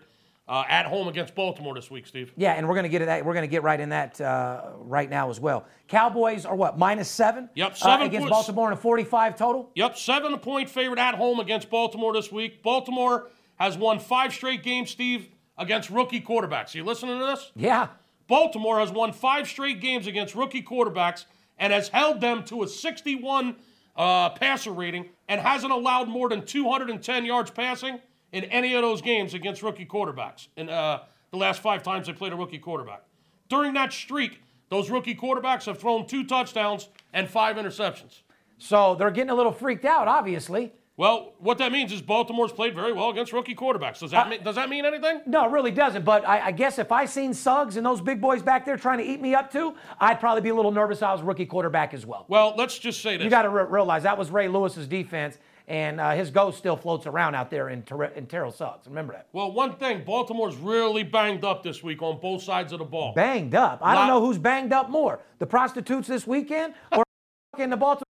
Speaker 3: uh, at home against Baltimore this week, Steve.
Speaker 2: Yeah, and we're gonna get to that. We're gonna get right in that uh, right now as well. Cowboys are what minus seven?
Speaker 3: Yep,
Speaker 2: uh,
Speaker 3: seven
Speaker 2: against
Speaker 3: points.
Speaker 2: Baltimore in a forty-five total.
Speaker 3: Yep, seven point favorite at home against Baltimore this week. Baltimore has won five straight games, Steve, against rookie quarterbacks. You listening to this?
Speaker 2: Yeah,
Speaker 3: Baltimore has won five straight games against rookie quarterbacks and has held them to a 61 uh, passer rating and hasn't allowed more than 210 yards passing in any of those games against rookie quarterbacks in uh, the last five times they played a rookie quarterback. During that streak, those rookie quarterbacks have thrown two touchdowns and five interceptions.
Speaker 2: so they're getting a little freaked out, obviously.
Speaker 3: Well, what that means is Baltimore's played very well against rookie quarterbacks. Does that, mean, does that mean anything?
Speaker 2: No, it really doesn't. But I, I guess if I seen Suggs and those big boys back there trying to eat me up too, I'd probably be a little nervous. I was a rookie quarterback as well.
Speaker 3: Well, let's just say this.
Speaker 2: You got to re- realize that was Ray Lewis's defense, and uh, his ghost still floats around out there in, Ter- in Terrell Suggs. Remember that.
Speaker 3: well, one thing, Baltimore's really banged up this week on both sides of the ball.
Speaker 2: Banged up. I don't
Speaker 3: Lot-
Speaker 2: know who's banged up more, the prostitutes this weekend or in the Baltimore.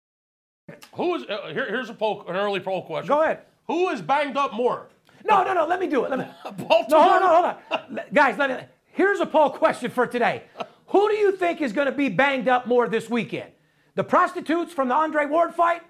Speaker 3: Who is uh, here, here's a poll, an early poll question.
Speaker 2: Go ahead.
Speaker 3: Who is banged up more?
Speaker 2: No, no, no. Let me do it. Let me.
Speaker 3: Baltimore.
Speaker 2: No, hold on, hold on, hold on. Le- Guys, let me. Here's a poll question for today. Who do you think is going to be banged up more this weekend? The prostitutes from the Andre Ward fight,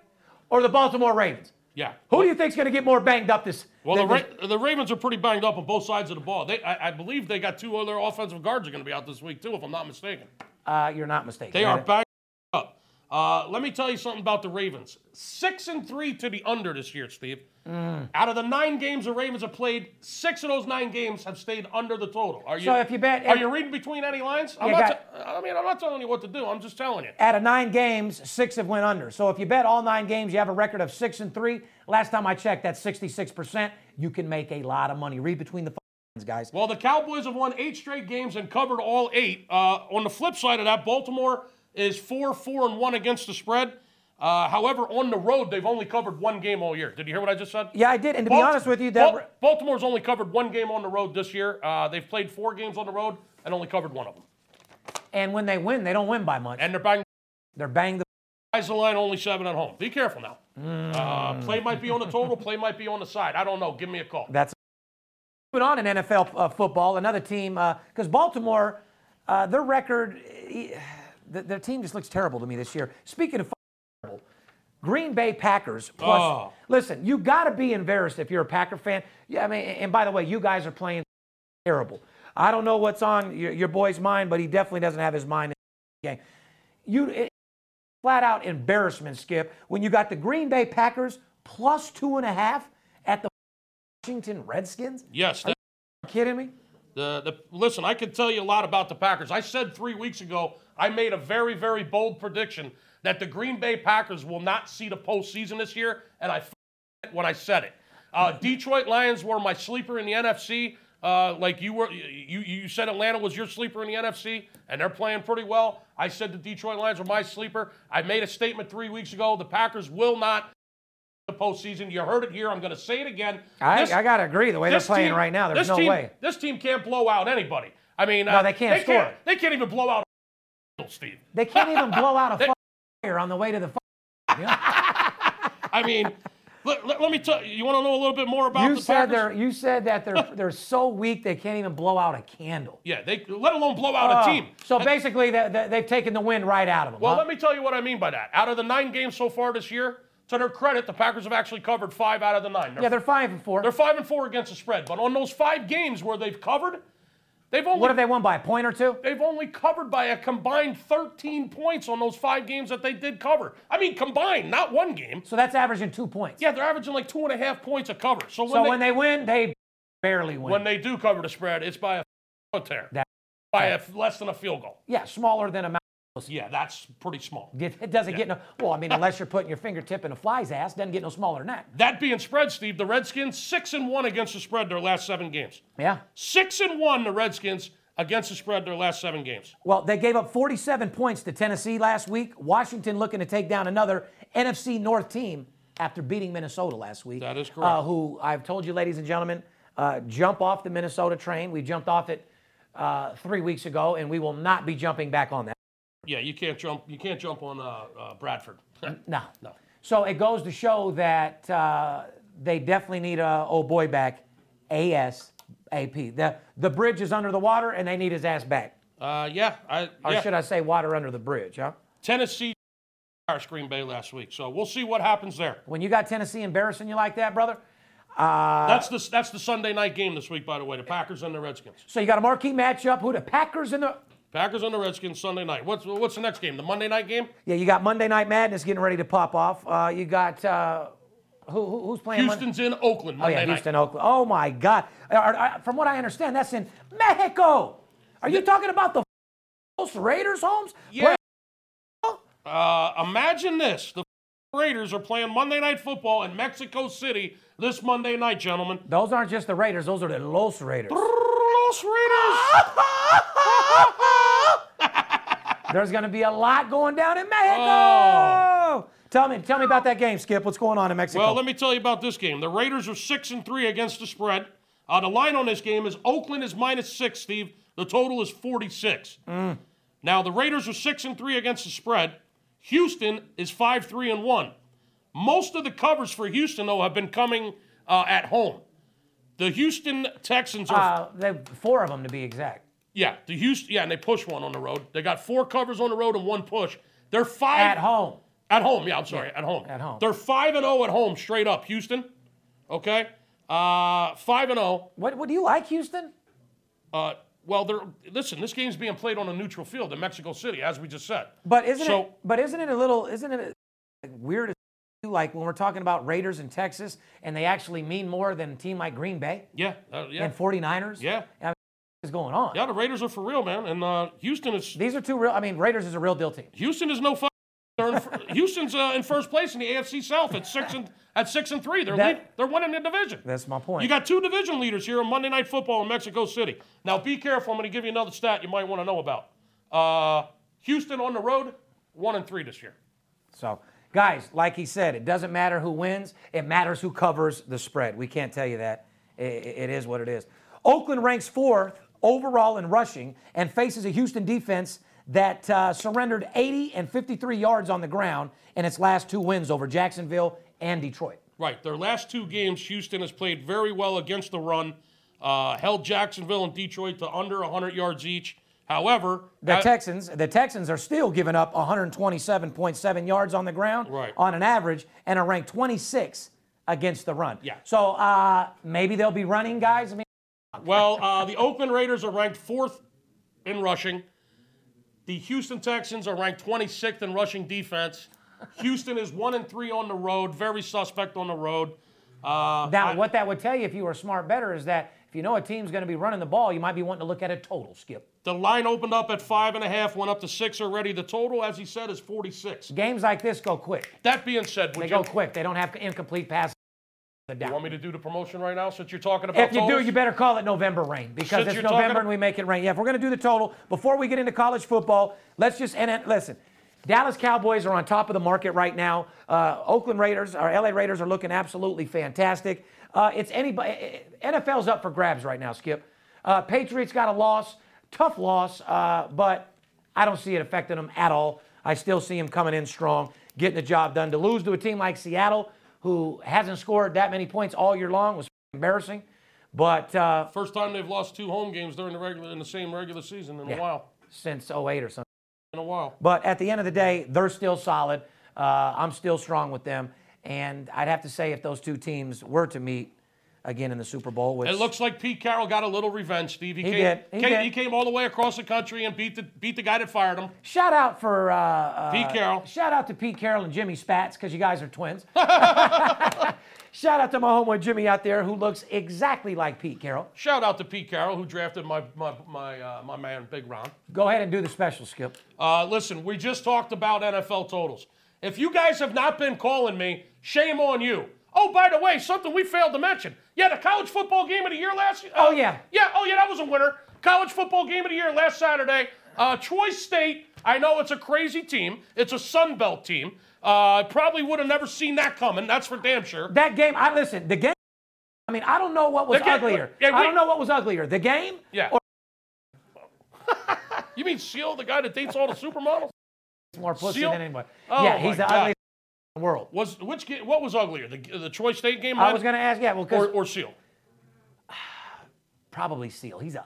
Speaker 2: or the Baltimore Ravens?
Speaker 3: Yeah.
Speaker 2: Who do you think's going to get more banged up this?
Speaker 3: Well, the,
Speaker 2: th- this-
Speaker 3: Ra- the Ravens are pretty banged up on both sides of the ball. They, I, I believe they got two other offensive guards are going to be out this week too, if I'm not mistaken.
Speaker 2: uh, you're not mistaken.
Speaker 3: They
Speaker 2: Got
Speaker 3: are
Speaker 2: it.
Speaker 3: banged up. Uh, let me tell you something about the Ravens. Six and three to the under this year, Steve.
Speaker 2: Mm.
Speaker 3: Out of the nine games the Ravens have played, six of those nine games have stayed under the total. Are you?
Speaker 2: So if you bet-
Speaker 3: are you reading between any lines? I'm
Speaker 2: Yeah,
Speaker 3: not
Speaker 2: got-
Speaker 3: te- I mean, I'm not telling you what to do. I'm just telling you.
Speaker 2: out of nine games, six have went under. So if you bet all nine games, you have a record of six and three. Last time I checked, that's 66%. You can make a lot of money. Read between the f- lines, guys.
Speaker 3: Well, the Cowboys have won eight straight games and covered all eight. Uh, on the flip side of that, Baltimore is four, four, and one against the spread. Uh, however, on the road, they've only covered one game all year. Did you hear what I just said?
Speaker 2: Yeah, I did. And to be
Speaker 3: Balt-
Speaker 2: honest with you, that
Speaker 3: Bal- Baltimore's only covered one game on the road this year. Uh, they've played four games on the road and only covered one of them.
Speaker 2: and when they win, they don't win by much.
Speaker 3: And they're banged.
Speaker 2: They're banged the
Speaker 3: Guys, the line only seven at home. Be careful now.
Speaker 2: Mm.
Speaker 3: Uh, play might be on the total. Play might be on the side. I don't know. Give me a call.
Speaker 2: That's moving on in NFL uh, football. Another team because Baltimore, uh, their record, eh, th- their team just looks terrible to me this year. Speaking of terrible, Green Bay Packers. Plus,
Speaker 3: Oh.
Speaker 2: listen, you got to be embarrassed if you're a Packer fan. Yeah, I mean, and by the way, you guys are playing terrible. I don't know what's on your, your boy's mind, but he definitely doesn't have his mind in the game. You. It, Flat out embarrassment, Skip, when you got the Green Bay Packers plus two and a half at the Washington Redskins?
Speaker 3: Yes. that-
Speaker 2: You kidding me?
Speaker 3: The, the listen, I can tell you a lot about the Packers. I said three weeks ago, I made a very, very bold prediction that the Green Bay Packers will not see the postseason this year, and I f- it when I said it. Uh, Detroit Lions were my sleeper in the NFC. Uh, like you were, you you said Atlanta was your sleeper in the NFC, and they're playing pretty well. I said the Detroit Lions were my sleeper. I made a statement three weeks ago: the Packers will not the postseason. You heard it here. I'm going to say it again.
Speaker 2: I,
Speaker 3: This-
Speaker 2: I gotta agree. The way they're
Speaker 3: this
Speaker 2: playing
Speaker 3: team-
Speaker 2: right now, there's
Speaker 3: this
Speaker 2: no
Speaker 3: team-
Speaker 2: way.
Speaker 3: This team can't blow out anybody. I mean, uh,
Speaker 2: No, they can't score.
Speaker 3: they can't even blow out Steve.
Speaker 2: They can't even blow out a
Speaker 3: They-
Speaker 2: fucking fire on the way to the. Fucking,
Speaker 3: I mean, let, let, let me tell you. You want to know a little bit more about
Speaker 2: you
Speaker 3: the
Speaker 2: said
Speaker 3: Packers?
Speaker 2: they're. You said that they're they're so weak they can't even blow out a candle. Oh,
Speaker 3: yeah, they let alone blow out a team.
Speaker 2: So basically, they, they, they've taken the wind right out of them.
Speaker 3: Well,
Speaker 2: huh?
Speaker 3: let me tell you what I mean by that. Out of the nine games so far this year, to their credit, the Packers have actually covered five out of the nine. They're
Speaker 2: yeah, they're five and four.
Speaker 3: They're five and four against the spread, but on those five games where they've covered, They've only
Speaker 2: What have they won by a point or two?
Speaker 3: they've only covered by a combined 13 points on those five games that they did cover. I mean, combined, not one game.
Speaker 2: So that's averaging two points.
Speaker 3: Yeah, they're averaging like two and a half points a cover. So when,
Speaker 2: so
Speaker 3: they,
Speaker 2: when they win, they barely win.
Speaker 3: when they do cover the spread, it's by a foot there,
Speaker 2: That-
Speaker 3: by a, less than a field goal.
Speaker 2: yeah, smaller than a mountain.
Speaker 3: Yeah, that's pretty small.
Speaker 2: It it doesn't get no. Well, I mean, unless you're putting your fingertip in a fly's ass, doesn't get no smaller than that.
Speaker 3: That being spread, Steve, the Redskins six and one against the spread their last seven games.
Speaker 2: Yeah.
Speaker 3: Six and one, the Redskins against the spread their last seven games.
Speaker 2: Well, they gave up 47 points to Tennessee last week. Washington looking to take down another NFC North team after beating Minnesota last week.
Speaker 3: That is correct.
Speaker 2: Uh, who I've told you, ladies and gentlemen, uh, jump off the Minnesota train. We jumped off it uh, three weeks ago, and we will not be jumping back on that.
Speaker 3: Yeah, you can't jump. You can't jump on uh, uh, Bradford.
Speaker 2: No.
Speaker 3: No.
Speaker 2: So it goes to show that uh, they definitely need a old boy back, ASAP. The the bridge is under the water, and they need his ass back.
Speaker 3: uh, yeah, I,
Speaker 2: Or
Speaker 3: yeah.
Speaker 2: should I say, water under the bridge? Huh?
Speaker 3: Tennessee our Green Bay last week, so we'll see what happens there.
Speaker 2: When you got Tennessee embarrassing you like that, brother. Uh,
Speaker 3: that's the that's the Sunday night game this week, by the way. The Packers and the Redskins.
Speaker 2: So you got a marquee matchup. Who the Packers and the
Speaker 3: Packers and the Redskins Sunday night. What's what's the next game? The Monday night game.
Speaker 2: yeah? You got Monday Night Madness getting ready to pop off. Uh, you got uh, who, who- who's playing? Monday-
Speaker 3: Houston's in Oakland
Speaker 2: Oh
Speaker 3: Monday
Speaker 2: yeah,
Speaker 3: night.
Speaker 2: Houston, Oakland. Oh my God! Are- are- from what I understand, that's in Mexico. Are you talking about the Raiders, Holmes?
Speaker 3: Yeah. Uh, imagine this: the Raiders are playing Monday night football in Mexico City this Monday night, gentlemen.
Speaker 2: Those aren't just the Raiders, those are the Los Raiders.
Speaker 3: Los Raiders.
Speaker 2: There's going to be a lot going down in Mexico.
Speaker 3: Oh.
Speaker 2: Tell me, tell me about that game, Skip. What's going on in Mexico?
Speaker 3: Well, let me tell you about this game. The Raiders are six and three against the spread. Uh, the line on this game is Oakland is minus six, Steve. The total is 46.
Speaker 2: Mm.
Speaker 3: Now the Raiders are six and three against the spread. Houston is five three and one. Most of the covers for Houston though have been coming uh, at home. The Houston Texans are
Speaker 2: uh, they, four of them to be exact.
Speaker 3: yeah the Houston yeah and they push one on the road. They got four covers on the road and one push. They're five
Speaker 2: At home,
Speaker 3: At home, yeah, I'm sorry, at home.
Speaker 2: at home.
Speaker 3: They're 5 and 0 at home straight up, Houston. Okay? Uh 5 and 0.
Speaker 2: what, what do you like, Houston?
Speaker 3: Uh well, they're listen, this game's being played on a neutral field in Mexico City as we just said.
Speaker 2: But isn't it?
Speaker 3: So-
Speaker 2: But isn't it a little? Isn't it a- like, weird? As like when we're talking about Raiders in Texas, and they actually mean more than a team like Green Bay
Speaker 3: Yeah, uh, yeah.
Speaker 2: and 49ers.
Speaker 3: yeah.
Speaker 2: I mean, what is going on?
Speaker 3: Yeah, the Raiders are for real, man. And uh Houston is
Speaker 2: These are two real. I mean, Raiders is a real deal team.
Speaker 3: Houston is no fun. They're in, fir- Houston's uh, in first place in the AFC South at 6 and at 6 and 3. They're
Speaker 2: That-
Speaker 3: lead, they're winning the division.
Speaker 2: That's my point.
Speaker 3: You got two division leaders here on Monday Night Football in Mexico City. Now, be careful. I'm going to give you another stat you might want to know about. Uh, Houston on the road, one and three this year.
Speaker 2: So, guys, like he said, it doesn't matter who wins, it matters who covers the spread. We can't tell you that. I- I- it is what it is. Oakland ranks fourth overall in rushing and faces a Houston defense that uh, surrendered 80 and 53 yards on the ground in its last two wins over Jacksonville and Detroit.
Speaker 3: Right. Their last two games, Houston has played very well against the run, uh, held Jacksonville and Detroit to under 100 yards each. However, uh,
Speaker 2: The
Speaker 3: at-
Speaker 2: Texans, the Texans are still giving up 127.7 yards on the ground
Speaker 3: Right.
Speaker 2: on an average and are ranked 26 against the run.
Speaker 3: Yeah.
Speaker 2: So uh, maybe they'll be running, guys. I mean,
Speaker 3: Well, uh, the Oakland Raiders are ranked fourth in rushing. The Houston Texans are ranked 26th in rushing defense. Houston is one and three on the road, very suspect on the road. Uh,
Speaker 2: Now, what that would tell you if you were a smart better is that if you know a team's going to be running the ball, you might be wanting to look at a total, Skip.
Speaker 3: the line opened up at five and a half, went up to six already. The total, as he said, is 46.
Speaker 2: Games like this go quick.
Speaker 3: That being said, would
Speaker 2: They
Speaker 3: you,
Speaker 2: go quick. They don't have incomplete passes. The
Speaker 3: you want
Speaker 2: down.
Speaker 3: me to do the promotion right now since you're talking about
Speaker 2: If you do,
Speaker 3: totals?
Speaker 2: you better call it November rain because
Speaker 3: Since
Speaker 2: it's
Speaker 3: you're talking-
Speaker 2: November and we make it rain. Yeah, if we're going to do the total before we get into college football, let's just and, and listen. Dallas Cowboys are on top of the market right now. Uh, Oakland Raiders or LA Raiders are looking absolutely fantastic. Uh, it's anybody. NFL's up for grabs right now. Skip. Uh, Patriots got a loss, tough loss, uh, but I don't see it affecting them at all. I still see them coming in strong, getting the job done. To lose to a team like Seattle, who hasn't scored that many points all year long, was embarrassing. But uh,
Speaker 3: First time they've lost two home games during the regular in the same regular season in
Speaker 2: Yeah.
Speaker 3: a while.
Speaker 2: since 08 or something.
Speaker 3: In a while.
Speaker 2: But at the end of the day, they're still solid. Uh, I'm still strong with them. And I'd have to say, if those two teams were to meet, again in the Super Bowl. Which
Speaker 3: It looks like Pete Carroll got a little revenge, Steve. He, came,
Speaker 2: did. He
Speaker 3: came,
Speaker 2: did.
Speaker 3: He came all the way across the country and beat the beat the guy that fired him.
Speaker 2: shout out for uh, uh,
Speaker 3: Pete Carroll.
Speaker 2: Shout out to Pete Carroll and Jimmy Spatz because you guys are twins. shout out to my homeboy Jimmy out there who looks exactly like Pete Carroll.
Speaker 3: Shout out to Pete Carroll who drafted my my my, uh, my man Big Ron.
Speaker 2: Go ahead and do the special, Skip.
Speaker 3: Uh, listen, we just talked about NFL totals. If you guys have not been calling me, shame on you. Oh, by the way, something we failed to mention. Yeah, the college football game of the year last. Uh,
Speaker 2: Oh, yeah.
Speaker 3: Yeah. Oh yeah, that was a winner. College football game of the year last Saturday. Uh, Troy State. I know it's a crazy team. It's a Sun Belt team. Uh, probably would have never seen that coming. That's for damn sure.
Speaker 2: That game, I listen. The game. I mean, I don't know what was
Speaker 3: The game-
Speaker 2: uglier.
Speaker 3: yeah,
Speaker 2: I
Speaker 3: we-
Speaker 2: don't know what was uglier. The game.
Speaker 3: Yeah.
Speaker 2: Or
Speaker 3: You mean Seal, the guy that dates all the supermodels?
Speaker 2: more pussy
Speaker 3: Seal-
Speaker 2: than anyone.
Speaker 3: Oh,
Speaker 2: yeah, he's
Speaker 3: my
Speaker 2: the
Speaker 3: God.
Speaker 2: ugliest in the world.
Speaker 3: Was which ga- what was uglier, the, the Troy State game
Speaker 2: I was gonna ask. Yeah, well, 'cause
Speaker 3: or, or Seal?
Speaker 2: probably Seal. He's a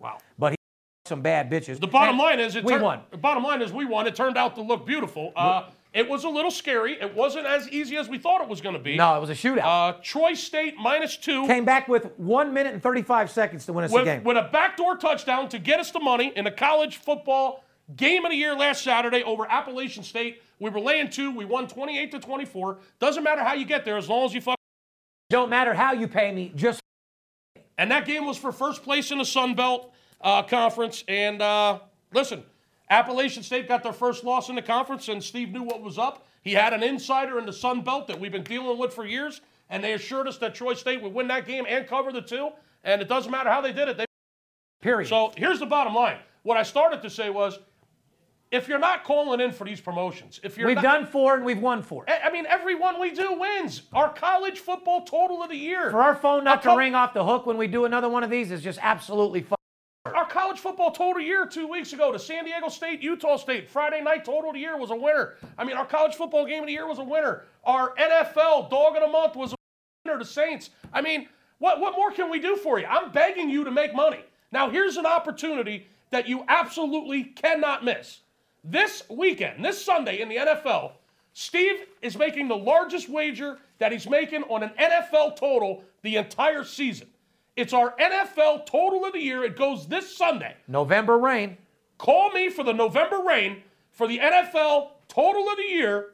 Speaker 3: Wow.
Speaker 2: some bad bitches.
Speaker 3: The bottom
Speaker 2: And
Speaker 3: line is it
Speaker 2: we
Speaker 3: tur-
Speaker 2: won.
Speaker 3: The bottom line is we won. It turned out to look beautiful. Uh, it was a little scary. It wasn't as easy as we thought it was going to be.
Speaker 2: No, it was a shootout.
Speaker 3: Uh, Troy State minus two
Speaker 2: Came back with one minute and 35 seconds to win us the game.
Speaker 3: with, with a backdoor touchdown to get us the money in the college football game of the year last Saturday over Appalachian State. We were laying two. We won 28 to 24. Doesn't matter how you get there as long as you fuck.
Speaker 2: Don't matter how you pay me, just
Speaker 3: And that game was for first place in the Sun Belt uh, Conference. And uh, listen, Appalachian State got their first loss in the conference, and Steve knew what was up. He had an insider in the Sun Belt that we've been dealing with for years, and they assured us that Troy State would win that game and cover the two. And it doesn't matter how they did it. They-
Speaker 2: period.
Speaker 3: so here's the bottom line. What I started to say was, if you're not calling in for these promotions, if you're
Speaker 2: we've
Speaker 3: not,
Speaker 2: done four and we've won four.
Speaker 3: I I mean, everyone we do wins. Our college football total of the year.
Speaker 2: For our phone not to
Speaker 3: couple-
Speaker 2: ring off the hook when we do another one of these is just absolutely fun.
Speaker 3: Our college football total year two weeks ago to San Diego State, Utah State. Friday night total of the year was a winner. I mean, our college football game of the year was a winner. Our NFL dog of the month was a winner to Saints. I mean, what, what more can we do for you? I'm begging you to make money. Now, here's an opportunity that you absolutely cannot miss. This weekend, this Sunday in the NFL, Steve is making the largest wager that he's making on an NFL total the entire season. It's our NFL total of the year. It goes this Sunday.
Speaker 2: November rain.
Speaker 3: Call me for the November rain for the NFL total of the year,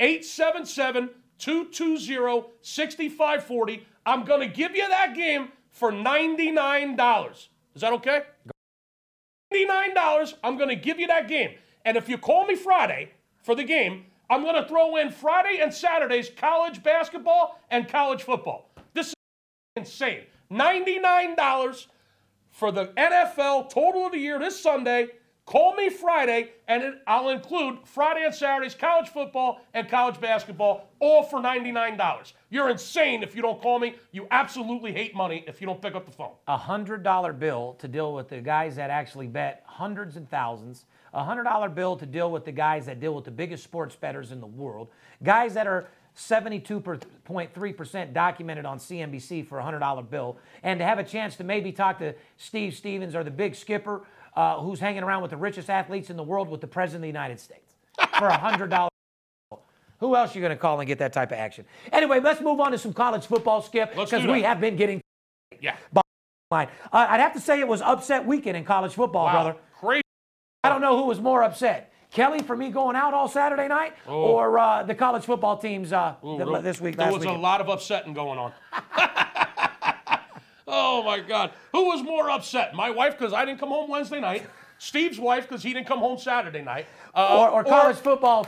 Speaker 3: 877 220 6540. I'm going to give you that game for $99. Is that okay? $99. I'm going to give you that game. And if you call me Friday for the game, I'm going to throw in Friday and Saturday's college basketball and college football. This is insane. $99 for the NFL total of the year this Sunday. Call me Friday, and it, I'll include Friday and Saturday's college football and college basketball, all for $99. You're insane if you don't call me. You absolutely hate money if you don't pick up the phone.
Speaker 2: A hundred dollar bill to deal with the guys that actually bet hundreds and thousands. A hundred dollar bill to deal with the guys that deal with the biggest sports bettors in the world. Guys that are 72.3% documented on CNBC for a hundred dollar bill. And to have a chance to maybe talk to Steve Stevens or the big skipper uh, who's hanging around with the richest athletes in the world with the president of the United States for a hundred dollar. Who else you going to call and get that type of action? Anyway, let's move on to some college football, Skip,
Speaker 3: Let's do
Speaker 2: because we
Speaker 3: that.
Speaker 2: have been getting
Speaker 3: Yeah.
Speaker 2: line. Uh, I'd have to say it was upset weekend in college football, brother.
Speaker 3: Crazy.
Speaker 2: I don't know who was more upset. Kelly for me going out all Saturday night, or uh, the college football teams uh, th-
Speaker 3: There-
Speaker 2: this week,
Speaker 3: Oh. There
Speaker 2: last
Speaker 3: was
Speaker 2: week.
Speaker 3: a lot of upsetting going on. oh my God. Who was more upset? My wife, because I didn't come home Wednesday night. Steve's wife, because he didn't come home Saturday night. Uh,
Speaker 2: or, or college football.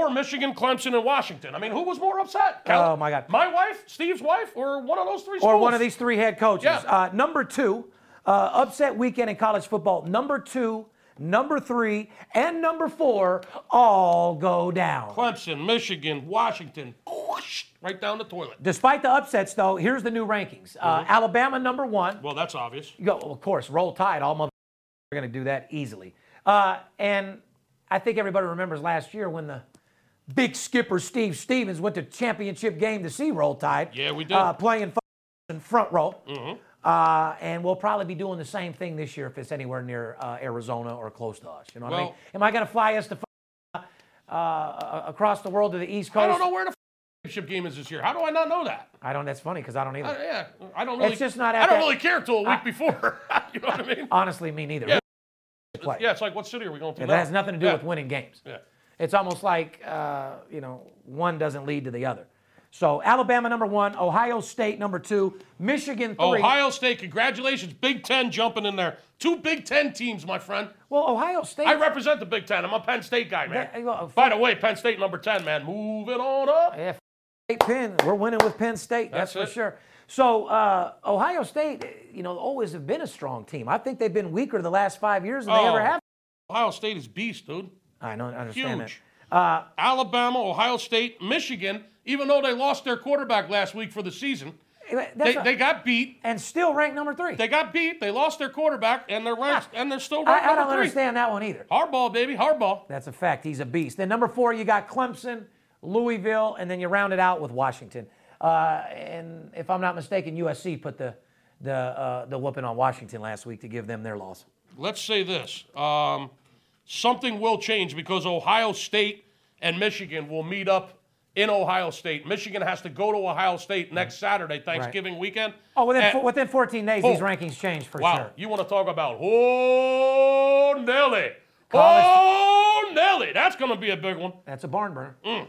Speaker 3: or Michigan, Clemson, and Washington. I mean, who was more upset?
Speaker 2: Oh, my God.
Speaker 3: My wife, Steve's wife, or one of those three schools?
Speaker 2: or one of these three head coaches.
Speaker 3: Yeah.
Speaker 2: Uh, number two, uh, upset weekend in college football. Number two, number three, and number four all go down.
Speaker 3: Clemson, Michigan, Washington, whoosh, right down the toilet.
Speaker 2: Despite the upsets, though, here's the new rankings. Uh,
Speaker 3: Mm-hmm.
Speaker 2: Alabama number one.
Speaker 3: Well, that's obvious.
Speaker 2: You go, of course, roll tide. All mother are going to do that easily. Uh, and I think everybody remembers last year when the big skipper Steve Stevens went to championship game to see roll tide.
Speaker 3: Yeah, we did. Mm-hmm.
Speaker 2: Uh, playing f- in front row. Uh, and we'll probably be doing the same thing this year if it's anywhere near uh, Arizona or close to us. You know what I mean?
Speaker 3: Well-
Speaker 2: Am I going to fly us to f- uh, uh, across the world to the East Coast?
Speaker 3: I don't know where the f- championship game is this year. How do I not know that?
Speaker 2: I don't. That's funny because I don't
Speaker 3: I,
Speaker 2: either.
Speaker 3: yeah, I don't really.
Speaker 2: It's just not
Speaker 3: I
Speaker 2: at
Speaker 3: don't
Speaker 2: that-
Speaker 3: really care till a week before. you know what I mean?
Speaker 2: Honestly, me neither.
Speaker 3: Yeah.
Speaker 2: Play.
Speaker 3: Yeah, it's like what city are we going to?
Speaker 2: It
Speaker 3: now?
Speaker 2: has nothing to do
Speaker 3: Yeah.
Speaker 2: with winning games.
Speaker 3: Yeah.
Speaker 2: It's almost like uh, you know one doesn't lead to the other. So Alabama number one, Ohio State number two, Michigan three.
Speaker 3: Ohio State, congratulations, Big Ten jumping in there. Two Big Ten teams, my friend.
Speaker 2: Well, Ohio State.
Speaker 3: I represent the Big Ten. I'm a Penn State guy, man.
Speaker 2: That- well,
Speaker 3: By the way, Penn State number ten, man. Moving on up.
Speaker 2: Yeah, f- State Penn. We're winning with Penn State. That's,
Speaker 3: That's
Speaker 2: for
Speaker 3: it.
Speaker 2: sure. So uh, Ohio State, you know, always have been a strong team. I think they've been weaker the last five years than they
Speaker 3: Oh.
Speaker 2: ever have.
Speaker 3: Ohio State is beast, dude.
Speaker 2: I don't understand
Speaker 3: Huge.
Speaker 2: that.
Speaker 3: Alabama, Ohio State, Michigan. Even though they lost their quarterback last week for the season,
Speaker 2: Anyway, that's
Speaker 3: they,
Speaker 2: a-
Speaker 3: they got beat.
Speaker 2: and still ranked number three.
Speaker 3: They got beat. They lost their quarterback, and they're ranked, and they're still ranked
Speaker 2: I, I
Speaker 3: number
Speaker 2: don't
Speaker 3: three.
Speaker 2: understand that one either.
Speaker 3: Hardball, baby, hardball.
Speaker 2: That's a fact. He's a beast. Then number four, you got Clemson, Louisville, and then you round it out with Washington. Uh, and if I'm not mistaken, USC put the the uh, the whooping on Washington last week to give them their loss.
Speaker 3: let's say this um, something will change because Ohio State and Michigan will meet up in Ohio State. Michigan has to go to Ohio State next Saturday, Thanksgiving weekend.
Speaker 2: Oh, within
Speaker 3: And-
Speaker 2: fo- within 14 days, these
Speaker 3: Eh. Oh.
Speaker 2: rankings changed for
Speaker 3: wow,
Speaker 2: sure.
Speaker 3: you want to talk about oh Nelly,
Speaker 2: College-
Speaker 3: oh Nelly, that's going to be a big one.
Speaker 2: That's a barn burner.
Speaker 3: Mm.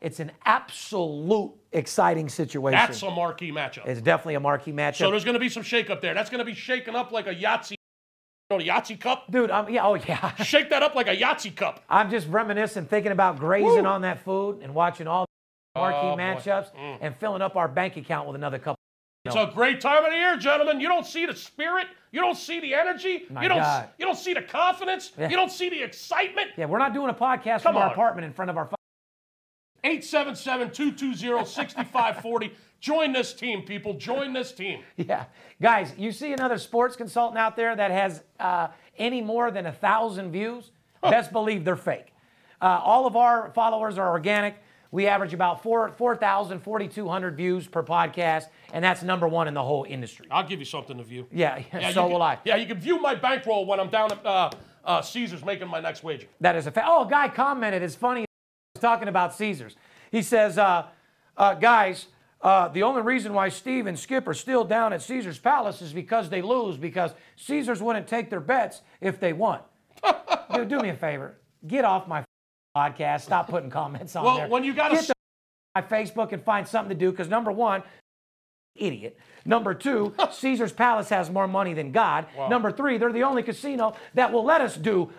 Speaker 2: It's an absolute exciting situation.
Speaker 3: That's a marquee matchup.
Speaker 2: it's definitely a marquee matchup.
Speaker 3: so there's going to be some shakeup there. That's going to be shaken up like a Yahtzee, you know, the Yahtzee cup.
Speaker 2: Dude, I'm, yeah, oh yeah.
Speaker 3: Shake that up like a Yahtzee cup.
Speaker 2: I'm just reminiscing, thinking about grazing
Speaker 3: Woo.
Speaker 2: on that food and watching all the marquee
Speaker 3: Oh, boy.
Speaker 2: matchups and filling up our bank account with another couple.
Speaker 3: It's a great time of the year, gentlemen. You don't see the spirit, you don't see the energy,
Speaker 2: My
Speaker 3: you don't
Speaker 2: God.
Speaker 3: you don't see the confidence,
Speaker 2: Yeah.
Speaker 3: you don't see the excitement.
Speaker 2: Yeah, we're not doing a podcast
Speaker 3: Come
Speaker 2: from our
Speaker 3: on.
Speaker 2: apartment in front of our. fu-
Speaker 3: 877-220-6540. Join this team, people. Join this team.
Speaker 2: Yeah, guys, you see another sports consultant out there that has uh, any more than a thousand views? Best believe they're fake. Uh, all of our followers are organic. We average about four four thousand forty two hundred views per podcast, and that's number one in the whole industry.
Speaker 3: I'll give you something to view.
Speaker 2: Yeah,
Speaker 3: Yeah, you
Speaker 2: so
Speaker 3: can-
Speaker 2: will I.
Speaker 3: Yeah, you can view my bankroll when I'm down at uh, uh, Caesars making my next wager.
Speaker 2: That is a fact. Oh, a guy commented. It's funny. He was talking about Caesars. He says, uh, uh, guys, uh, the only reason why Steve and Skip are still down at Caesars Palace is because they lose, because Caesars wouldn't take their bets if they won. Dude, do me a favor. Get off my podcast. Stop putting comments on
Speaker 3: Well,
Speaker 2: there.
Speaker 3: when you got a
Speaker 2: Get
Speaker 3: s-
Speaker 2: to my Facebook and find something to do, because number one, idiot. Number two, Caesar's Palace has more money than God. Number three, they're the only casino that will let us do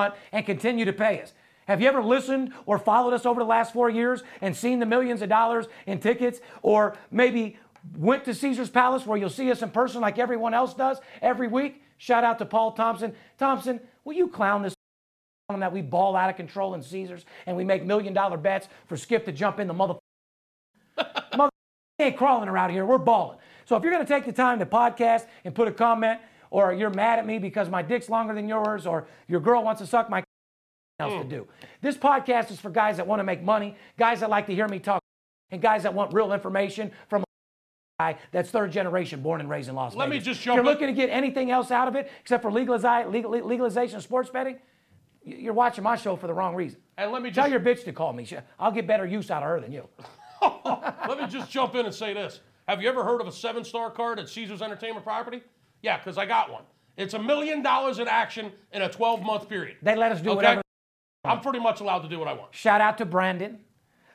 Speaker 2: want and continue to pay us. Have you ever listened or followed us over the last four years and seen the millions of dollars in tickets or maybe went to Caesar's Palace where you'll see us in person like everyone else does every week? Shout out to Paul Thompson. Thompson, will you clown this on that we ball out of control in Caesars and we make million dollar bets for Skip to jump in the mother mother we ain't crawling around here. We're balling. So if you're going to take the time to podcast and put a comment, or you're mad at me because my dick's longer than yours, or your girl wants to suck my else
Speaker 3: Mm.
Speaker 2: to do. This podcast is for guys that want to make money, guys that like to hear me talk, and guys that want real information from a guy that's third generation, born and raised in Las
Speaker 3: Let me
Speaker 2: Vegas.
Speaker 3: just
Speaker 2: If
Speaker 3: jump
Speaker 2: you're
Speaker 3: in-
Speaker 2: looking to get anything else out of it except for legalize, legal, legalization of sports betting, y- you're watching my show for the wrong reason.
Speaker 3: And let me
Speaker 2: Tell
Speaker 3: just
Speaker 2: your bitch to call me. She- I'll get better use out of her than you.
Speaker 3: let me just jump in and say this. Have you ever heard of a seven star card at Caesars Entertainment Property? Yeah, because I got one. It's a million dollars in action in a 12 month period.
Speaker 2: They let us do
Speaker 3: Okay.
Speaker 2: whatever.
Speaker 3: I'm pretty much allowed to do what I want.
Speaker 2: Shout out to Brandon.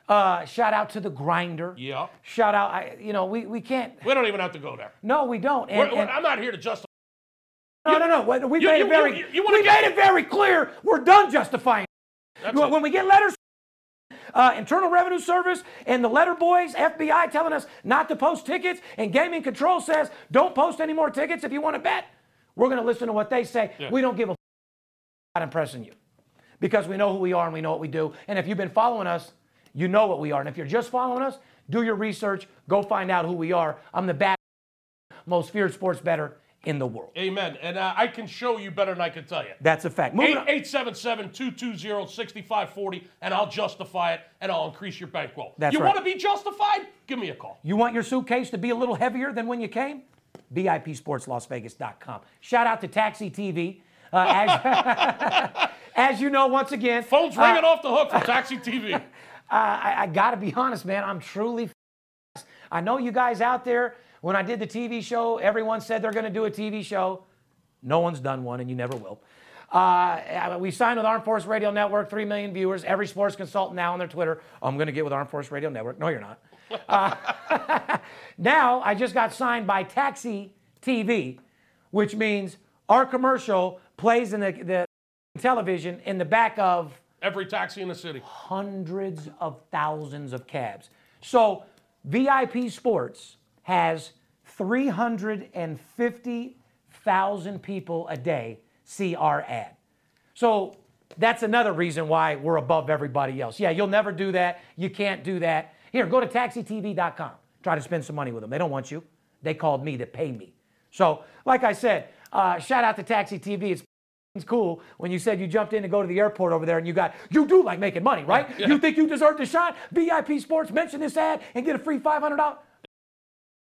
Speaker 2: Uh, shout out to the grinder.
Speaker 3: Yeah.
Speaker 2: Shout out. I, you know, we, we can't.
Speaker 3: We don't even have to go there.
Speaker 2: No, we don't. And,
Speaker 3: We're- we're-
Speaker 2: and-
Speaker 3: I'm not here to justify.
Speaker 2: no, no, no. We- We
Speaker 3: you-
Speaker 2: made
Speaker 3: you-
Speaker 2: it very.
Speaker 3: you- you wanna
Speaker 2: we
Speaker 3: get-
Speaker 2: made it very clear. We're done justifying.
Speaker 3: That's
Speaker 2: When
Speaker 3: it.
Speaker 2: when we get letters, uh, Internal Revenue Service and the letter boys, FBI telling us not to post tickets, and Gaming Control says don't post any more tickets if you want to bet. We're going to listen to what they say. We don't give a f- about impressing you because we know who we are and we know what we do. And if you've been following us, you know what we are. And if you're just following us, do your research, go find out who we are. I'm the bad, most feared sports better in the world.
Speaker 3: Amen. And uh, I can show you better than I can tell you.
Speaker 2: That's a fact. Moving on.
Speaker 3: 877 220 6540, and I'll justify it and I'll increase your bankroll.
Speaker 2: That's
Speaker 3: you
Speaker 2: right.
Speaker 3: want to be justified? Give me a call.
Speaker 2: You want your suitcase to be a little heavier than when you came? BIPSportsLasVegas.com. Shout out to Taxi TV. Uh, as, as you know, once again,
Speaker 3: Phone's ringing off the hook for Taxi TV.
Speaker 2: I, I got to be honest, man. I'm truly. f- I know you guys out there. When I did the TV show, everyone said they're going to do a TV show. No one's done one, and you never will. Uh, we signed with Armed Force Radio Network, 3 million viewers. Every sports consultant now on their Twitter, I'm going to get with Armed Force Radio Network. No, you're not. Uh, now, I just got signed by Taxi TV, which means our commercial plays in the, the television in the back of
Speaker 3: Every taxi in the city.
Speaker 2: hundreds of thousands of cabs. So VIP Sports has 350,000 people a day see our ad. So that's another reason why we're above everybody else. Yeah, you'll never do that. You can't do that. Here, go to taxitv.com. Try to spend some money with them. They don't want you. They called me to pay me. So, like I said, uh, shout out to Taxi TV. It's it's cool when you said you jumped in to go to the airport over there and you got, you do like making money, right? You think you deserve the shot? VIP Sports, mention this ad and get a free $500.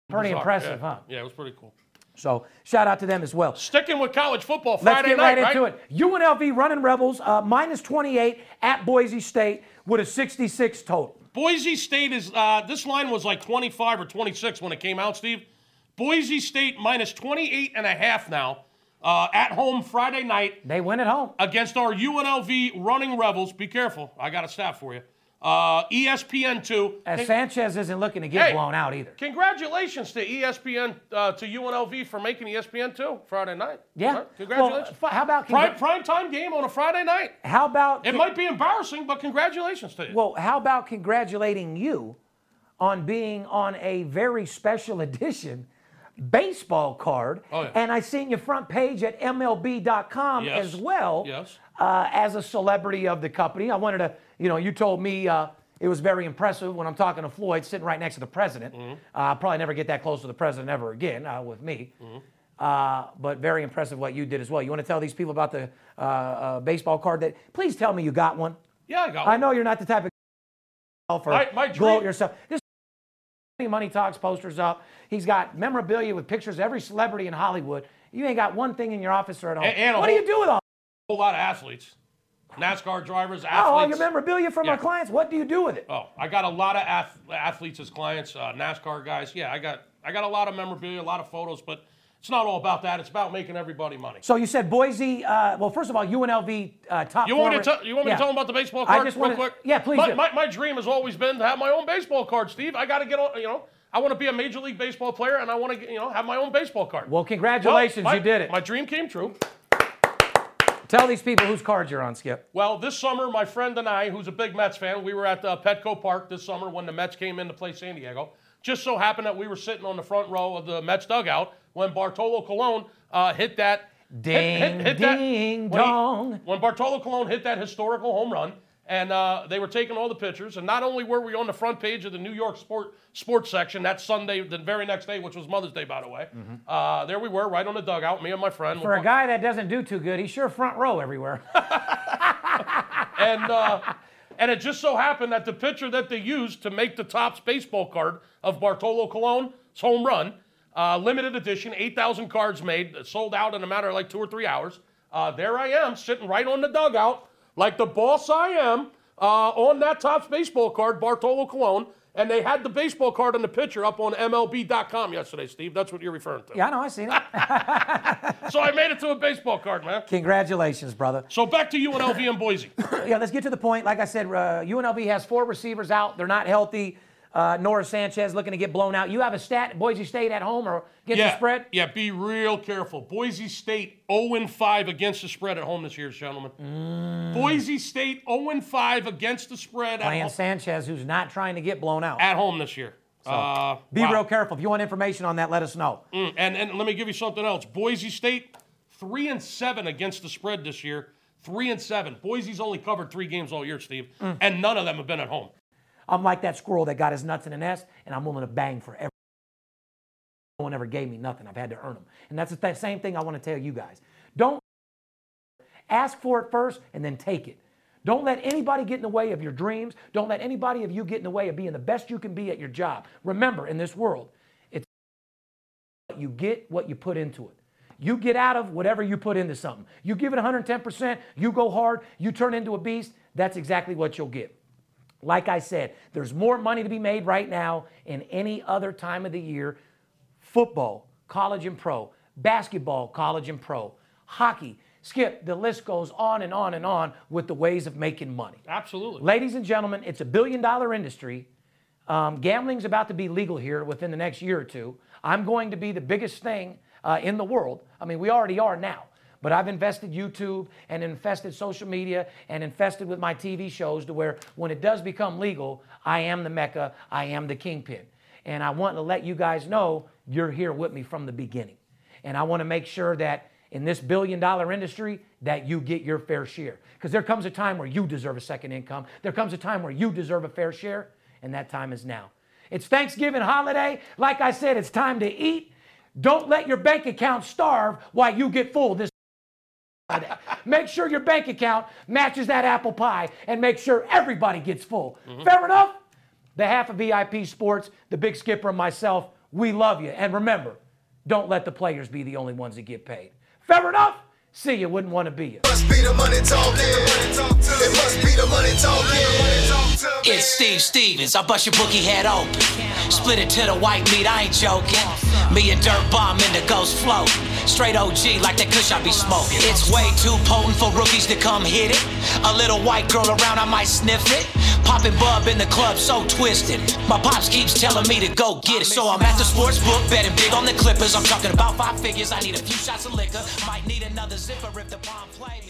Speaker 2: Pretty
Speaker 3: Sorry,
Speaker 2: impressive,
Speaker 3: yeah.
Speaker 2: huh?
Speaker 3: Yeah, it was pretty cool.
Speaker 2: So shout out to them as well.
Speaker 3: Sticking with college football
Speaker 2: Let's
Speaker 3: Friday
Speaker 2: get
Speaker 3: night,
Speaker 2: right, into it. UNLV running Rebels, uh, minus 28 at Boise State with a 66 total.
Speaker 3: Boise State is uh, this line was like 25 or 26 when it came out, Steve. Boise State minus 28 and a half now uh, at home Friday night
Speaker 2: They win at home.
Speaker 3: against our UNLV running rebels. Be careful, I got a stat for you. Uh, ESPN two.
Speaker 2: As
Speaker 3: Con-
Speaker 2: Sanchez isn't looking to get
Speaker 3: Hey.
Speaker 2: blown out either.
Speaker 3: Congratulations to ESPN uh, to UNLV for making E ESPN two Friday night.
Speaker 2: Yeah.
Speaker 3: Right? Congratulations.
Speaker 2: Well, f- how about
Speaker 3: prime, prime time game on a Friday night.
Speaker 2: how about
Speaker 3: It might be embarrassing, but congratulations to you.
Speaker 2: Well, how about congratulating you on being on a very special edition baseball card?
Speaker 3: Oh, yeah.
Speaker 2: And I seen your front page at MLB.com
Speaker 3: Yes.
Speaker 2: as well
Speaker 3: Yes.
Speaker 2: uh, as a celebrity of the company. I wanted to, you know, you told me uh, it was very impressive when I'm talking to Floyd sitting right next to the president.
Speaker 3: Mm-hmm.
Speaker 2: Uh, I'll probably never get that close to the president ever again uh, with me.
Speaker 3: Mm-hmm.
Speaker 2: Uh, but very impressive what you did as well. You want to tell these people about the uh, uh, baseball card that? Please tell me you got one.
Speaker 3: yeah, I got
Speaker 2: I
Speaker 3: one.
Speaker 2: know you're not the type of for
Speaker 3: My- my
Speaker 2: gloat
Speaker 3: dream-
Speaker 2: yourself. This money talks posters up. He's got memorabilia with pictures of every celebrity in Hollywood. You ain't got one thing in your office or at home.
Speaker 3: And- and a
Speaker 2: what do
Speaker 3: whole-
Speaker 2: you do with all?
Speaker 3: a whole lot of athletes, NASCAR drivers, athletes.
Speaker 2: Oh, all your memorabilia from our
Speaker 3: Yeah.
Speaker 2: clients. What do you do with it?
Speaker 3: Oh, I got a lot of ath- athletes as clients, uh, NASCAR guys. Yeah, I got I got a lot of memorabilia, a lot of photos, but it's not all about that. It's about making everybody money.
Speaker 2: So you said Boise. Uh, well, first of all, UNLV uh, top.
Speaker 3: You want me to
Speaker 2: forward-
Speaker 3: tell you want me
Speaker 2: Yeah.
Speaker 3: to tell them about the baseball
Speaker 2: I
Speaker 3: card
Speaker 2: just
Speaker 3: real
Speaker 2: wanna-
Speaker 3: quick?
Speaker 2: yeah, please
Speaker 3: My,
Speaker 2: do.
Speaker 3: my, my dream has always been to have my own baseball card, Steve. I got to get on. You know, I want to be a major league baseball player, and I want to you know have my own baseball card.
Speaker 2: Well, congratulations,
Speaker 3: my-
Speaker 2: you did it.
Speaker 3: My dream came true.
Speaker 2: tell these people whose cards you're on, Skip.
Speaker 3: Well, this summer, my friend and I, who's a big Mets fan, we were at uh, Petco Park this summer when the Mets came in to play San Diego. Just so happened that we were sitting on the front row of the Mets dugout when Bartolo Colon uh, hit that hit- hit-
Speaker 2: Ding,
Speaker 3: hit that-
Speaker 2: ding,
Speaker 3: when he-
Speaker 2: dong.
Speaker 3: when Bartolo Colon hit that historical home run, and uh, they were taking all the pictures. And not only were we on the front page of the New York Sport Sports section that Sunday, the very next day, which was Mother's Day, by the way. Uh, there we were, right on the dugout, me and my friend.
Speaker 2: Mm-hmm. For a guy that doesn't do too good, he's sure front row everywhere.
Speaker 3: and uh, and it just so happened that the pitcher that they used to make the tops baseball card of Bartolo Colon's home run, uh, limited edition, eight thousand cards made, uh, sold out in a matter of like two or three hours. Uh, there I am, sitting right on the dugout, like the boss I am, uh, on that tops baseball card, Bartolo Colon. And they had the baseball card and the pitcher up on MLB.com yesterday, Steve. That's what you're referring to.
Speaker 2: yeah, I know. I seen it.
Speaker 3: So I made it to a baseball card, man.
Speaker 2: congratulations, brother.
Speaker 3: So back to UNLV and Boise.
Speaker 2: yeah, let's get to the point. Like I said, uh, UNLV has four receivers out. They're not healthy. Uh, Nora Sanchez looking to get blown out. You have a stat: Boise State at home or against the spread?
Speaker 3: Yeah, be real careful. Boise State 0-5 against the spread at home this year, gentlemen.
Speaker 2: Mm.
Speaker 3: Boise State 0-5 against the spread at,
Speaker 2: Playing
Speaker 3: ho-
Speaker 2: Sanchez, who's not trying to get blown out.
Speaker 3: at home this year. Uh,
Speaker 2: Be
Speaker 3: wow.
Speaker 2: real careful. If you want information on that, let us know.
Speaker 3: Mm, And and let me give you something else. Boise State three and seven against the spread this year. Three and seven. Boise's only covered three games all year, Steve,
Speaker 2: Mm.
Speaker 3: and none of them have been at home.
Speaker 2: I'm like that squirrel that got his nuts in a nest, and I'm willing to bang for every. No one ever gave me nothing. I've had to earn them, and that's the th- same thing I want to tell you guys. Don't ask for it first and then take it. Don't let anybody get in the way of your dreams. Don't let anybody of you get in the way of being the best you can be at your job. Remember, in this world, it's you get what you put into it. You get out of whatever you put into something. You give it 110%, you go hard, you turn into a beast, that's exactly what you'll get. Like I said, there's more money to be made right now in any other time of the year. Football, college and pro, basketball, college and pro, hockey. Skip, the list goes on and on and on with the ways of making money.
Speaker 3: Absolutely.
Speaker 2: Ladies and gentlemen, it's a billion dollar industry. Um, gambling's about to be legal here within the next year or two. I'm going to be the biggest thing uh, in the world. I mean, we already are now. But I've invested YouTube and invested social media and invested with my TV shows to where when it does become legal, I am the Mecca, I am the kingpin. And I want to let you guys know you're here with me from the beginning. And I want to make sure that in this billion dollar industry that you get your fair share. Because there comes a time where you deserve a second income. There comes a time where you deserve a fair share, and that time is now. It's Thanksgiving holiday. Like I said, it's time to eat. Don't let your bank account starve while you get full this holiday. Make sure your bank account matches that apple pie and make sure everybody gets full. Fair enough? Behalf of VIP Sports, the Big Skipper, and myself, we love you. And remember, don't let the players be the only ones that get paid. Fair enough? See you. Wouldn't want to be you.
Speaker 4: must be the money talking. It must be the money talking.
Speaker 5: It's Steve Stevens. I bust your bookie head open. Split it to the white meat, I ain't joking. Me and Dirt Bomb in the ghost float. Straight OG like that kush I be smoking. It's way too potent for rookies to come hit it. A little white girl around, I might sniff it. Popping bub in the club, so twisted. My pops keeps telling me to go get it. So I'm at the sports book, betting big on the Clippers. I'm talking about five figures. I need a few shots of liquor. Might need another zipper if the bomb play.